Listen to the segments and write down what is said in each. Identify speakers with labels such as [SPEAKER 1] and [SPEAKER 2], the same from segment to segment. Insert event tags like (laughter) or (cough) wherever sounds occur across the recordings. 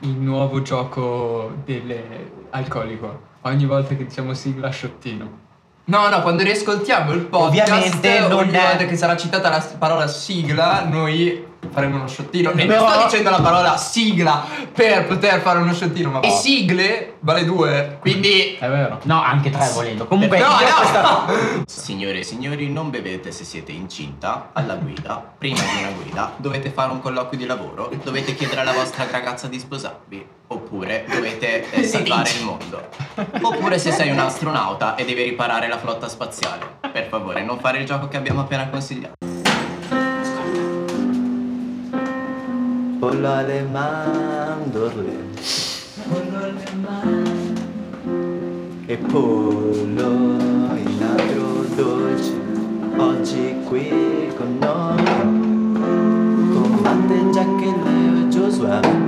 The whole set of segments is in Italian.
[SPEAKER 1] il nuovo gioco delle... alcolico. Ogni volta che diciamo sigla, sciottino.
[SPEAKER 2] No, no, quando riascoltiamo il podcast,
[SPEAKER 3] Ovviamente non
[SPEAKER 2] ogni
[SPEAKER 3] è-
[SPEAKER 2] volta che sarà citata la s- parola sigla, noi faremo uno sciottino. E
[SPEAKER 3] Però-
[SPEAKER 2] non sto dicendo la parola sigla per poter fare uno sciottino, ma e sigle vale due, quindi...
[SPEAKER 1] È vero.
[SPEAKER 3] No, anche tre volendo. Comunque,
[SPEAKER 2] No,
[SPEAKER 3] io
[SPEAKER 2] no! (laughs)
[SPEAKER 3] questa-
[SPEAKER 4] Signore e signori, non bevete se siete incinta, alla guida, prima di una guida, dovete fare un colloquio di lavoro, dovete chiedere alla vostra ragazza di sposarvi, oppure dovete eh, salvare il mondo. Oppure se sei un astronauta e devi riparare la flotta spaziale. Per favore, non fare il gioco che abbiamo appena consigliato.
[SPEAKER 5] Pollo alle mandorle. E pollo in agro dolce. Oggi qui con noi. Con Matte, Jack e Leo e Josué.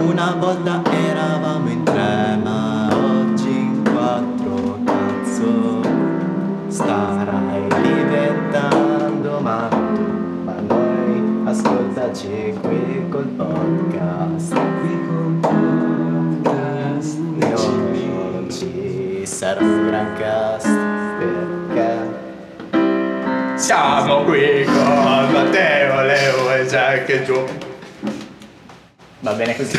[SPEAKER 5] Una volta eravamo in tre, ma oggi in quattro cazzo. Starai diventando matto, ma noi ascoltaci qui col podcast. Qui col podcast. Non ci sarà un gran cast perché
[SPEAKER 6] Siamo qui con Matteo, Leo e Jack e Gio.
[SPEAKER 5] va bene così.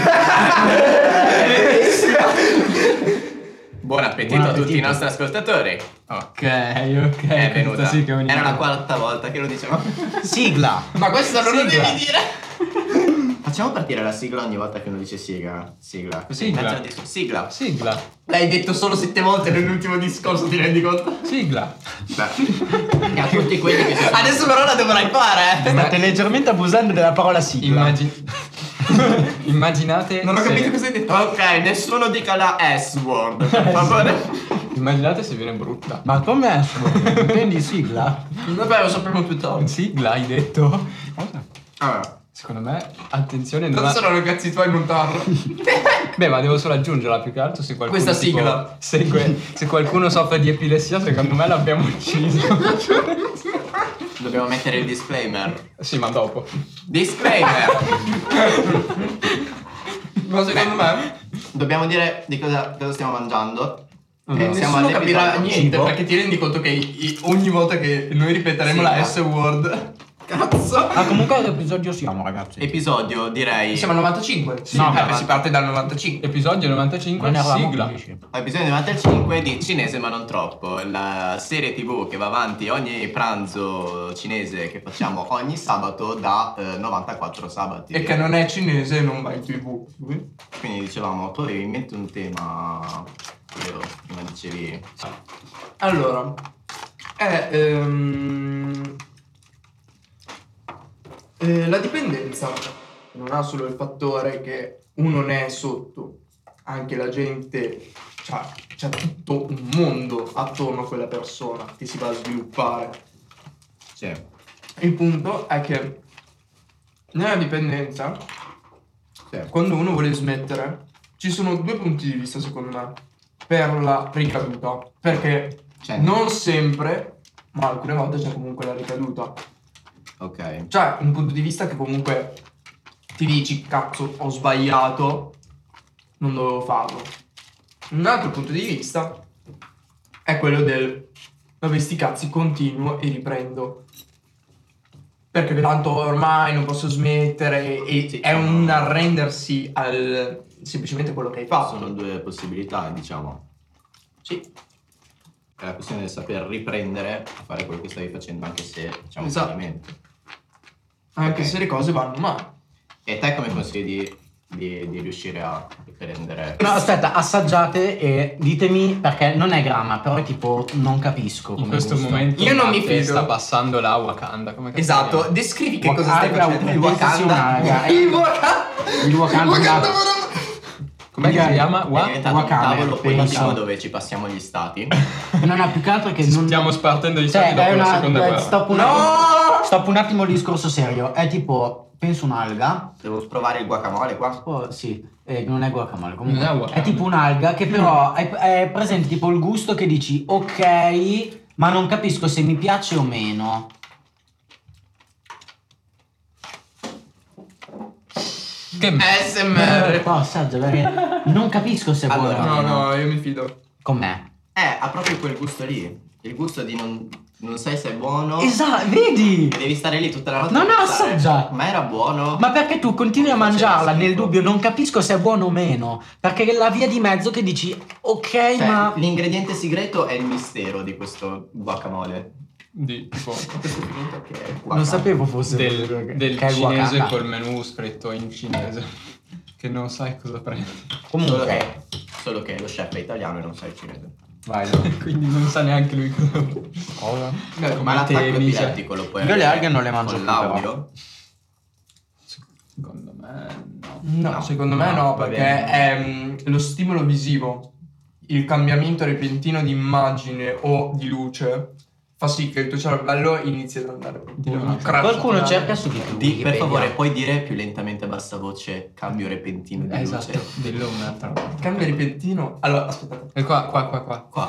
[SPEAKER 4] Buon appetito
[SPEAKER 1] Buon
[SPEAKER 4] a tutti i
[SPEAKER 1] appetito.
[SPEAKER 4] nostri ascoltatori.
[SPEAKER 1] Ok, ok.
[SPEAKER 4] È
[SPEAKER 1] questa
[SPEAKER 4] venuta.
[SPEAKER 1] sì che è
[SPEAKER 4] Era la
[SPEAKER 1] un'idea.
[SPEAKER 4] quarta volta che lo dicevamo.
[SPEAKER 3] sigla.
[SPEAKER 2] Ma questo non lo
[SPEAKER 1] Sigla.
[SPEAKER 2] devi dire!
[SPEAKER 4] Facciamo partire la sigla ogni volta che uno dice sigla. Sigla. Così
[SPEAKER 1] Sigla.
[SPEAKER 4] mezzo disco. Sigla.
[SPEAKER 1] Sigla.
[SPEAKER 2] L'hai detto solo sette volte nell'ultimo discorso, ti rendi conto?
[SPEAKER 1] Sigla.
[SPEAKER 4] Beh, e a tutti quelli che ci sono.
[SPEAKER 2] Adesso però la dovrai fare, eh!
[SPEAKER 3] State leggermente abusando della parola sigla.
[SPEAKER 1] Immagin- immaginate.
[SPEAKER 2] Non ho
[SPEAKER 1] se-
[SPEAKER 2] capito cosa hai detto.
[SPEAKER 4] Ok, nessuno dica la S-word, (laughs) per favore.
[SPEAKER 1] Immaginate se viene brutta.
[SPEAKER 3] Ma com'è? Intendi sigla?
[SPEAKER 2] Vabbè, lo sapremo più tardi.
[SPEAKER 1] Sigla, hai detto.
[SPEAKER 4] Allora,
[SPEAKER 1] Secondo me, attenzione, non
[SPEAKER 2] Non
[SPEAKER 1] ha-
[SPEAKER 2] sono ragazzi tuoi montarlo.
[SPEAKER 1] Beh, ma devo solo aggiungerla più che altro se qualcuno.
[SPEAKER 2] Questa
[SPEAKER 1] tipo,
[SPEAKER 2] sigla.
[SPEAKER 1] Se, que- se qualcuno soffre di epilessia, secondo me l'abbiamo ucciso.
[SPEAKER 4] dobbiamo mettere il disclaimer.
[SPEAKER 1] sì, ma dopo.
[SPEAKER 4] Disclaimer!
[SPEAKER 2] Ma secondo me
[SPEAKER 4] dobbiamo dire di cosa, cosa stiamo mangiando.
[SPEAKER 2] eh,
[SPEAKER 4] Eh,
[SPEAKER 2] nessuno
[SPEAKER 4] all'episodio
[SPEAKER 2] capirà
[SPEAKER 4] del
[SPEAKER 2] niente
[SPEAKER 4] cibo.
[SPEAKER 2] perché ti rendi conto che i- ogni volta che noi ripeteremo
[SPEAKER 4] Sì,
[SPEAKER 2] la
[SPEAKER 4] ma-
[SPEAKER 2] S-word (laughs) Cazzo
[SPEAKER 3] Ma comunque a che episodio siamo, ragazzi?
[SPEAKER 4] Episodio, direi.
[SPEAKER 2] Eh, Siamo al 95 Sì, Eh,
[SPEAKER 3] No,
[SPEAKER 2] vabbè,
[SPEAKER 3] ma-
[SPEAKER 2] si parte dal 95
[SPEAKER 1] Episodio
[SPEAKER 3] Non
[SPEAKER 1] 95,
[SPEAKER 3] eravamo
[SPEAKER 1] sigla.
[SPEAKER 3] 15.
[SPEAKER 4] Episodio 95 di Cinese ma non troppo, la serie tv che va avanti ogni pranzo cinese che facciamo ogni sabato da eh, 94 sabati.
[SPEAKER 2] E che non è cinese e non va in tv
[SPEAKER 4] Quindi dicevamo, tu avevi in mente un tema, Leo, prima dicevi...
[SPEAKER 2] Allora È ehm, eh, La dipendenza Non ha solo il fattore che uno ne è sotto Anche la gente c'ha, c'ha tutto un mondo attorno a quella persona Che si va a sviluppare
[SPEAKER 4] Sì.
[SPEAKER 2] Il punto è che nella dipendenza,
[SPEAKER 4] Sì.
[SPEAKER 2] Cioè, quando uno vuole smettere, ci sono due punti di vista secondo me per la ricaduta, perché
[SPEAKER 4] Cioè,
[SPEAKER 2] non sempre, ma alcune volte c'è comunque la ricaduta.
[SPEAKER 4] Ok.
[SPEAKER 2] C'è un punto di vista che comunque ti dici cazzo, ho sbagliato, non dovevo farlo. Un altro punto di vista è quello del vabbè sti cazzi continuo e riprendo. Perché tanto ormai non posso smettere e
[SPEAKER 4] Sì,
[SPEAKER 2] è
[SPEAKER 4] sono-
[SPEAKER 2] un arrendersi al semplicemente quello che hai fatto.
[SPEAKER 4] Sono due possibilità, diciamo.
[SPEAKER 2] Sì.
[SPEAKER 4] È la questione del saper riprendere a fare quello che stavi facendo, anche se diciamo
[SPEAKER 2] Esatto.
[SPEAKER 4] veramente.
[SPEAKER 2] Anche
[SPEAKER 4] Ok.
[SPEAKER 2] se le cose vanno male.
[SPEAKER 4] E te come consigli di, di- di riuscire a riprendere?
[SPEAKER 3] No, aspetta, assaggiate e ditemi perché non è grama, però è tipo non capisco.
[SPEAKER 1] In
[SPEAKER 3] come
[SPEAKER 1] questo
[SPEAKER 3] gusto.
[SPEAKER 1] momento
[SPEAKER 2] Io non mi
[SPEAKER 1] Matte
[SPEAKER 2] fido. Esatto.
[SPEAKER 1] sta passando la Wakanda. Come cazzo si chiama?
[SPEAKER 2] descrivi
[SPEAKER 3] che cosa stai facendo.
[SPEAKER 2] Il
[SPEAKER 3] Wakanda.
[SPEAKER 2] Wakanda.
[SPEAKER 4] Eh.
[SPEAKER 2] Il Wakanda.
[SPEAKER 3] eh, Il Wakanda.
[SPEAKER 1] Com'è che si
[SPEAKER 3] Magari.
[SPEAKER 1] chiama?
[SPEAKER 4] È
[SPEAKER 1] Wa-
[SPEAKER 4] diventato un
[SPEAKER 3] Wakame,
[SPEAKER 4] tavolo politico
[SPEAKER 3] penso.
[SPEAKER 4] dove ci passiamo gli stati.
[SPEAKER 3] Non ha più che altro che non...
[SPEAKER 1] Stiamo spartendo gli
[SPEAKER 3] Cioè,
[SPEAKER 1] stati dopo
[SPEAKER 3] è
[SPEAKER 1] la
[SPEAKER 3] una-
[SPEAKER 1] seconda
[SPEAKER 3] eh,
[SPEAKER 1] guerra.
[SPEAKER 3] stop un attimo, stop un attimo il discorso serio. È tipo, penso un'alga.
[SPEAKER 4] Devo provare il guacamole qua.
[SPEAKER 3] Oh, sì, eh, non è guacamole, comunque.
[SPEAKER 1] Non è
[SPEAKER 3] è,
[SPEAKER 1] guacamole.
[SPEAKER 3] tipo un'alga che però è, è presente tipo il gusto che dici, ok, ma non capisco se mi piace o meno.
[SPEAKER 1] Che
[SPEAKER 2] ASMR.
[SPEAKER 3] Qua assaggio Eh, oh, perché non capisco se è
[SPEAKER 4] Allora,
[SPEAKER 3] buona.
[SPEAKER 2] Eh. No, no, io mi fido.
[SPEAKER 3] Com'è?
[SPEAKER 4] Eh, ha proprio quel gusto lì. Il gusto di non, non sai se è buono.
[SPEAKER 3] Esatto, vedi?
[SPEAKER 4] Devi stare lì tutta la notte.
[SPEAKER 3] No,
[SPEAKER 4] a
[SPEAKER 3] no,
[SPEAKER 4] pensare,
[SPEAKER 3] assaggia.
[SPEAKER 4] Ma era buono.
[SPEAKER 3] Ma perché tu continui a mangiarla nel
[SPEAKER 4] Schifo.
[SPEAKER 3] dubbio, non capisco se è buono o meno, perché è la via di mezzo che dici, ok,
[SPEAKER 4] Cioè,
[SPEAKER 3] ma...
[SPEAKER 4] L'ingrediente segreto è il mistero di questo guacamole.
[SPEAKER 1] Di
[SPEAKER 3] (laughs)
[SPEAKER 1] tipo
[SPEAKER 4] Questo è finito che è guacamole.
[SPEAKER 3] Non sapevo fosse
[SPEAKER 1] del, del
[SPEAKER 3] che è il
[SPEAKER 1] cinese
[SPEAKER 3] wakanda.
[SPEAKER 1] col menù scritto in cinese. (laughs) Che non sai cosa prendi.
[SPEAKER 4] Solo
[SPEAKER 3] Comunque,
[SPEAKER 4] che, solo che lo chef è italiano e non sa il cinese.
[SPEAKER 3] vai. Leo.
[SPEAKER 1] (laughs) Quindi non sa neanche lui cosa.
[SPEAKER 4] Beh,
[SPEAKER 1] come
[SPEAKER 4] ma l'attacco
[SPEAKER 1] te, Misha.
[SPEAKER 4] epilettico lo puoi
[SPEAKER 3] Io le
[SPEAKER 4] avere
[SPEAKER 3] alghe non le mangio più,
[SPEAKER 4] con
[SPEAKER 3] però.
[SPEAKER 4] l'audio.
[SPEAKER 1] Secondo me no.
[SPEAKER 2] No,
[SPEAKER 4] No,
[SPEAKER 2] secondo me
[SPEAKER 4] no,
[SPEAKER 2] no,
[SPEAKER 4] va
[SPEAKER 2] perché
[SPEAKER 4] bene.
[SPEAKER 2] è mm, lo stimolo visivo, il cambiamento repentino di immagine o di luce fa sì che il tuo cervello inizi ad andare proprio
[SPEAKER 1] Dillo un
[SPEAKER 2] a
[SPEAKER 1] attimo.
[SPEAKER 2] crash.
[SPEAKER 3] Qualcuno cerca su di più.
[SPEAKER 4] Di- per
[SPEAKER 3] Wikipedia.
[SPEAKER 4] favore, puoi dire più lentamente a bassa voce cambio repentino
[SPEAKER 3] Eh,
[SPEAKER 4] di
[SPEAKER 1] Esatto,
[SPEAKER 4] luce.
[SPEAKER 1] dillo un'altra volta.
[SPEAKER 2] Cambio repentino. Allora, aspettate.
[SPEAKER 1] E qua, qua, qua, qua.
[SPEAKER 4] Qua.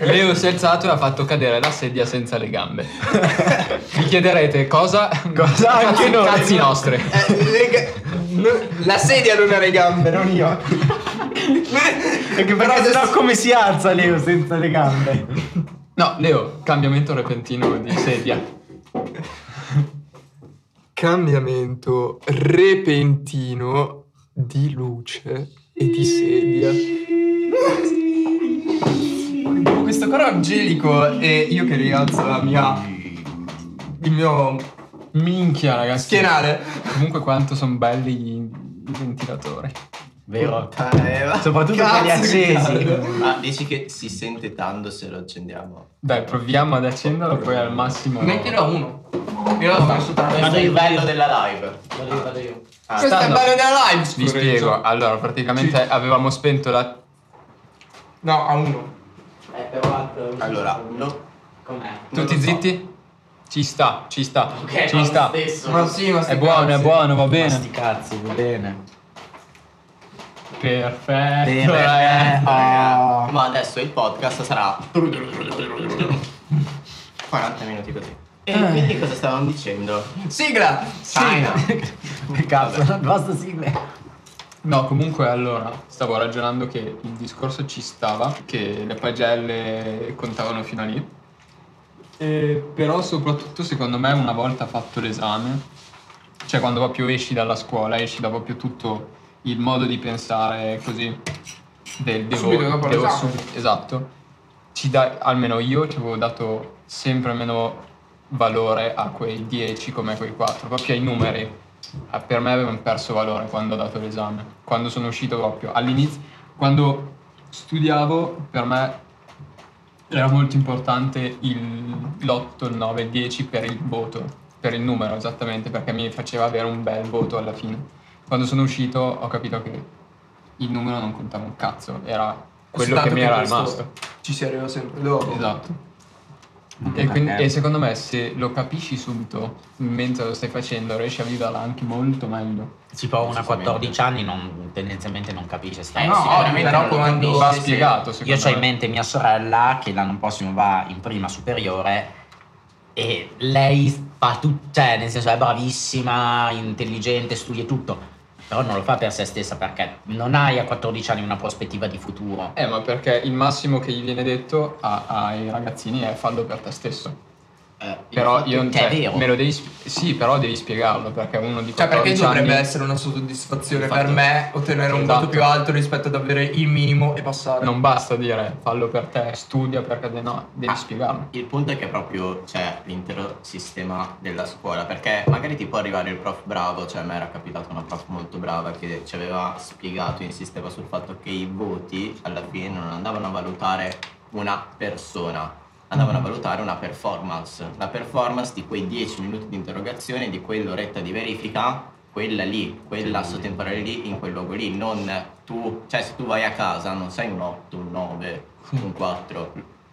[SPEAKER 1] Leo si è alzato e ha fatto cadere la sedia senza le gambe. Vi chiederete cosa? Cosa anche noi? Cazzi nostri.
[SPEAKER 2] La sedia non ha le gambe, non (laughs) io.
[SPEAKER 3] Perché
[SPEAKER 2] Però
[SPEAKER 3] però
[SPEAKER 2] adesso-
[SPEAKER 3] sennò come si alza Leo senza le gambe?
[SPEAKER 1] No, Leo, cambiamento repentino di sedia.
[SPEAKER 2] Cambiamento repentino di luce e di sedia. Questo coro angelico e io che rialzo la mia.
[SPEAKER 4] Eh,
[SPEAKER 2] il mio
[SPEAKER 1] Minchia, ragazzi.
[SPEAKER 2] schienale.
[SPEAKER 1] Comunque quanto sono belli i i ventilatori.
[SPEAKER 3] Vero.
[SPEAKER 4] Soprattutto
[SPEAKER 3] quelli accesi.
[SPEAKER 4] Ma dici che si sente tanto se lo accendiamo?
[SPEAKER 1] Dai, proviamo ad accenderlo, poi al massimo...
[SPEAKER 2] Mettilo a uno. Io l'ho messo tanto.
[SPEAKER 4] Questo è il bello della live. Ah,
[SPEAKER 2] Questo è il
[SPEAKER 1] stanno-
[SPEAKER 2] bello della live,
[SPEAKER 1] Vi
[SPEAKER 2] scusa.
[SPEAKER 1] spiego, allora praticamente avevamo spento la...
[SPEAKER 2] No, a uno.
[SPEAKER 3] Eh,
[SPEAKER 4] Allora, no.
[SPEAKER 1] Tutti zitti? Ci sta, ci sta, ci sta.
[SPEAKER 2] Ma sì, ma
[SPEAKER 1] È buono, è buono, va
[SPEAKER 3] Ma
[SPEAKER 1] bene.
[SPEAKER 3] sti cazzi, va bene.
[SPEAKER 1] Perfetto.
[SPEAKER 3] Eh,
[SPEAKER 1] oh.
[SPEAKER 3] ah.
[SPEAKER 4] Ma adesso il podcast sarà 40 minuti così. E
[SPEAKER 1] Eh.
[SPEAKER 4] quindi cosa stavamo dicendo?
[SPEAKER 2] Sigla!
[SPEAKER 1] (laughs)
[SPEAKER 4] China. Eh,
[SPEAKER 3] Che cazzo, basta sigla.
[SPEAKER 1] No, comunque allora stavo ragionando che il discorso ci stava, che le pagelle contavano fino a lì. Eh, però soprattutto secondo me una volta fatto l'esame, cioè quando proprio esci dalla scuola, esci da proprio tutto il modo di pensare così del devo,
[SPEAKER 2] Subito dopo
[SPEAKER 1] devo
[SPEAKER 2] l'esame.
[SPEAKER 1] sub- esatto. Ci dà almeno io ci avevo dato sempre meno valore a quei 10 come a quei 4, proprio ai numeri. Ah, Per me avevano perso valore quando ho dato l'esame, quando sono uscito proprio all'inizio, quando studiavo per me era molto importante il, l'8, il 9, il 10 per il voto, per il numero esattamente, perché mi faceva avere un bel voto alla fine. Quando sono uscito ho capito che il numero non contava un cazzo, era quello che
[SPEAKER 2] Soltanto
[SPEAKER 1] mi era
[SPEAKER 2] questo
[SPEAKER 1] rimasto.
[SPEAKER 2] Ci si arriva sempre dopo.
[SPEAKER 1] Esatto.
[SPEAKER 3] Anche
[SPEAKER 1] E, quindi-
[SPEAKER 3] perché-
[SPEAKER 1] e secondo me se lo capisci subito, mentre lo stai facendo, riesci a viverla anche molto meglio.
[SPEAKER 3] Tipo una
[SPEAKER 4] Sicuramente.
[SPEAKER 3] 14 anni non, tendenzialmente non capisce sta
[SPEAKER 4] Eh,
[SPEAKER 2] No,
[SPEAKER 4] sì,
[SPEAKER 2] ovvio, però
[SPEAKER 4] non
[SPEAKER 2] quando
[SPEAKER 4] capisci
[SPEAKER 1] Va
[SPEAKER 4] se-
[SPEAKER 1] spiegato,
[SPEAKER 3] Io
[SPEAKER 1] secondo
[SPEAKER 3] ho in
[SPEAKER 1] me.
[SPEAKER 3] mente mia sorella che l'anno prossimo va in prima superiore e lei fa tutto, cioè nel senso è bravissima, intelligente, studia tutto, però non lo fa per se stessa perché non hai a 14 anni una prospettiva di futuro.
[SPEAKER 1] Eh, ma perché il massimo che gli viene detto a- ai ragazzini è fallo per te stesso.
[SPEAKER 4] Eh,
[SPEAKER 1] Però
[SPEAKER 4] infatti-
[SPEAKER 1] io non
[SPEAKER 3] che è vero.
[SPEAKER 1] me lo devi sp- sì, però devi spiegarlo perché uno di 14
[SPEAKER 2] Cioè, perché dovrebbe
[SPEAKER 1] anni
[SPEAKER 2] essere una soddisfazione
[SPEAKER 4] Infatti.
[SPEAKER 2] per me ottenere un
[SPEAKER 1] Esatto.
[SPEAKER 2] voto più alto rispetto ad avere il minimo e passare?
[SPEAKER 1] non basta dire fallo per te, studia perché de- no, devi
[SPEAKER 4] Ah.
[SPEAKER 1] spiegarlo.
[SPEAKER 4] Il punto è che proprio c'è l'intero sistema della scuola, perché magari ti può arrivare il prof bravo, cioè a me era capitata una prof molto brava che ci aveva spiegato, insisteva sul fatto che i voti alla fine non andavano a valutare una persona, andavano a valutare una performance, la performance di quei 10 minuti di interrogazione, di quell'oretta di verifica, quella lì, quel lasso temporale lì, in quel luogo lì, non tu, cioè se tu vai a casa non sei un 8, un 9, un 4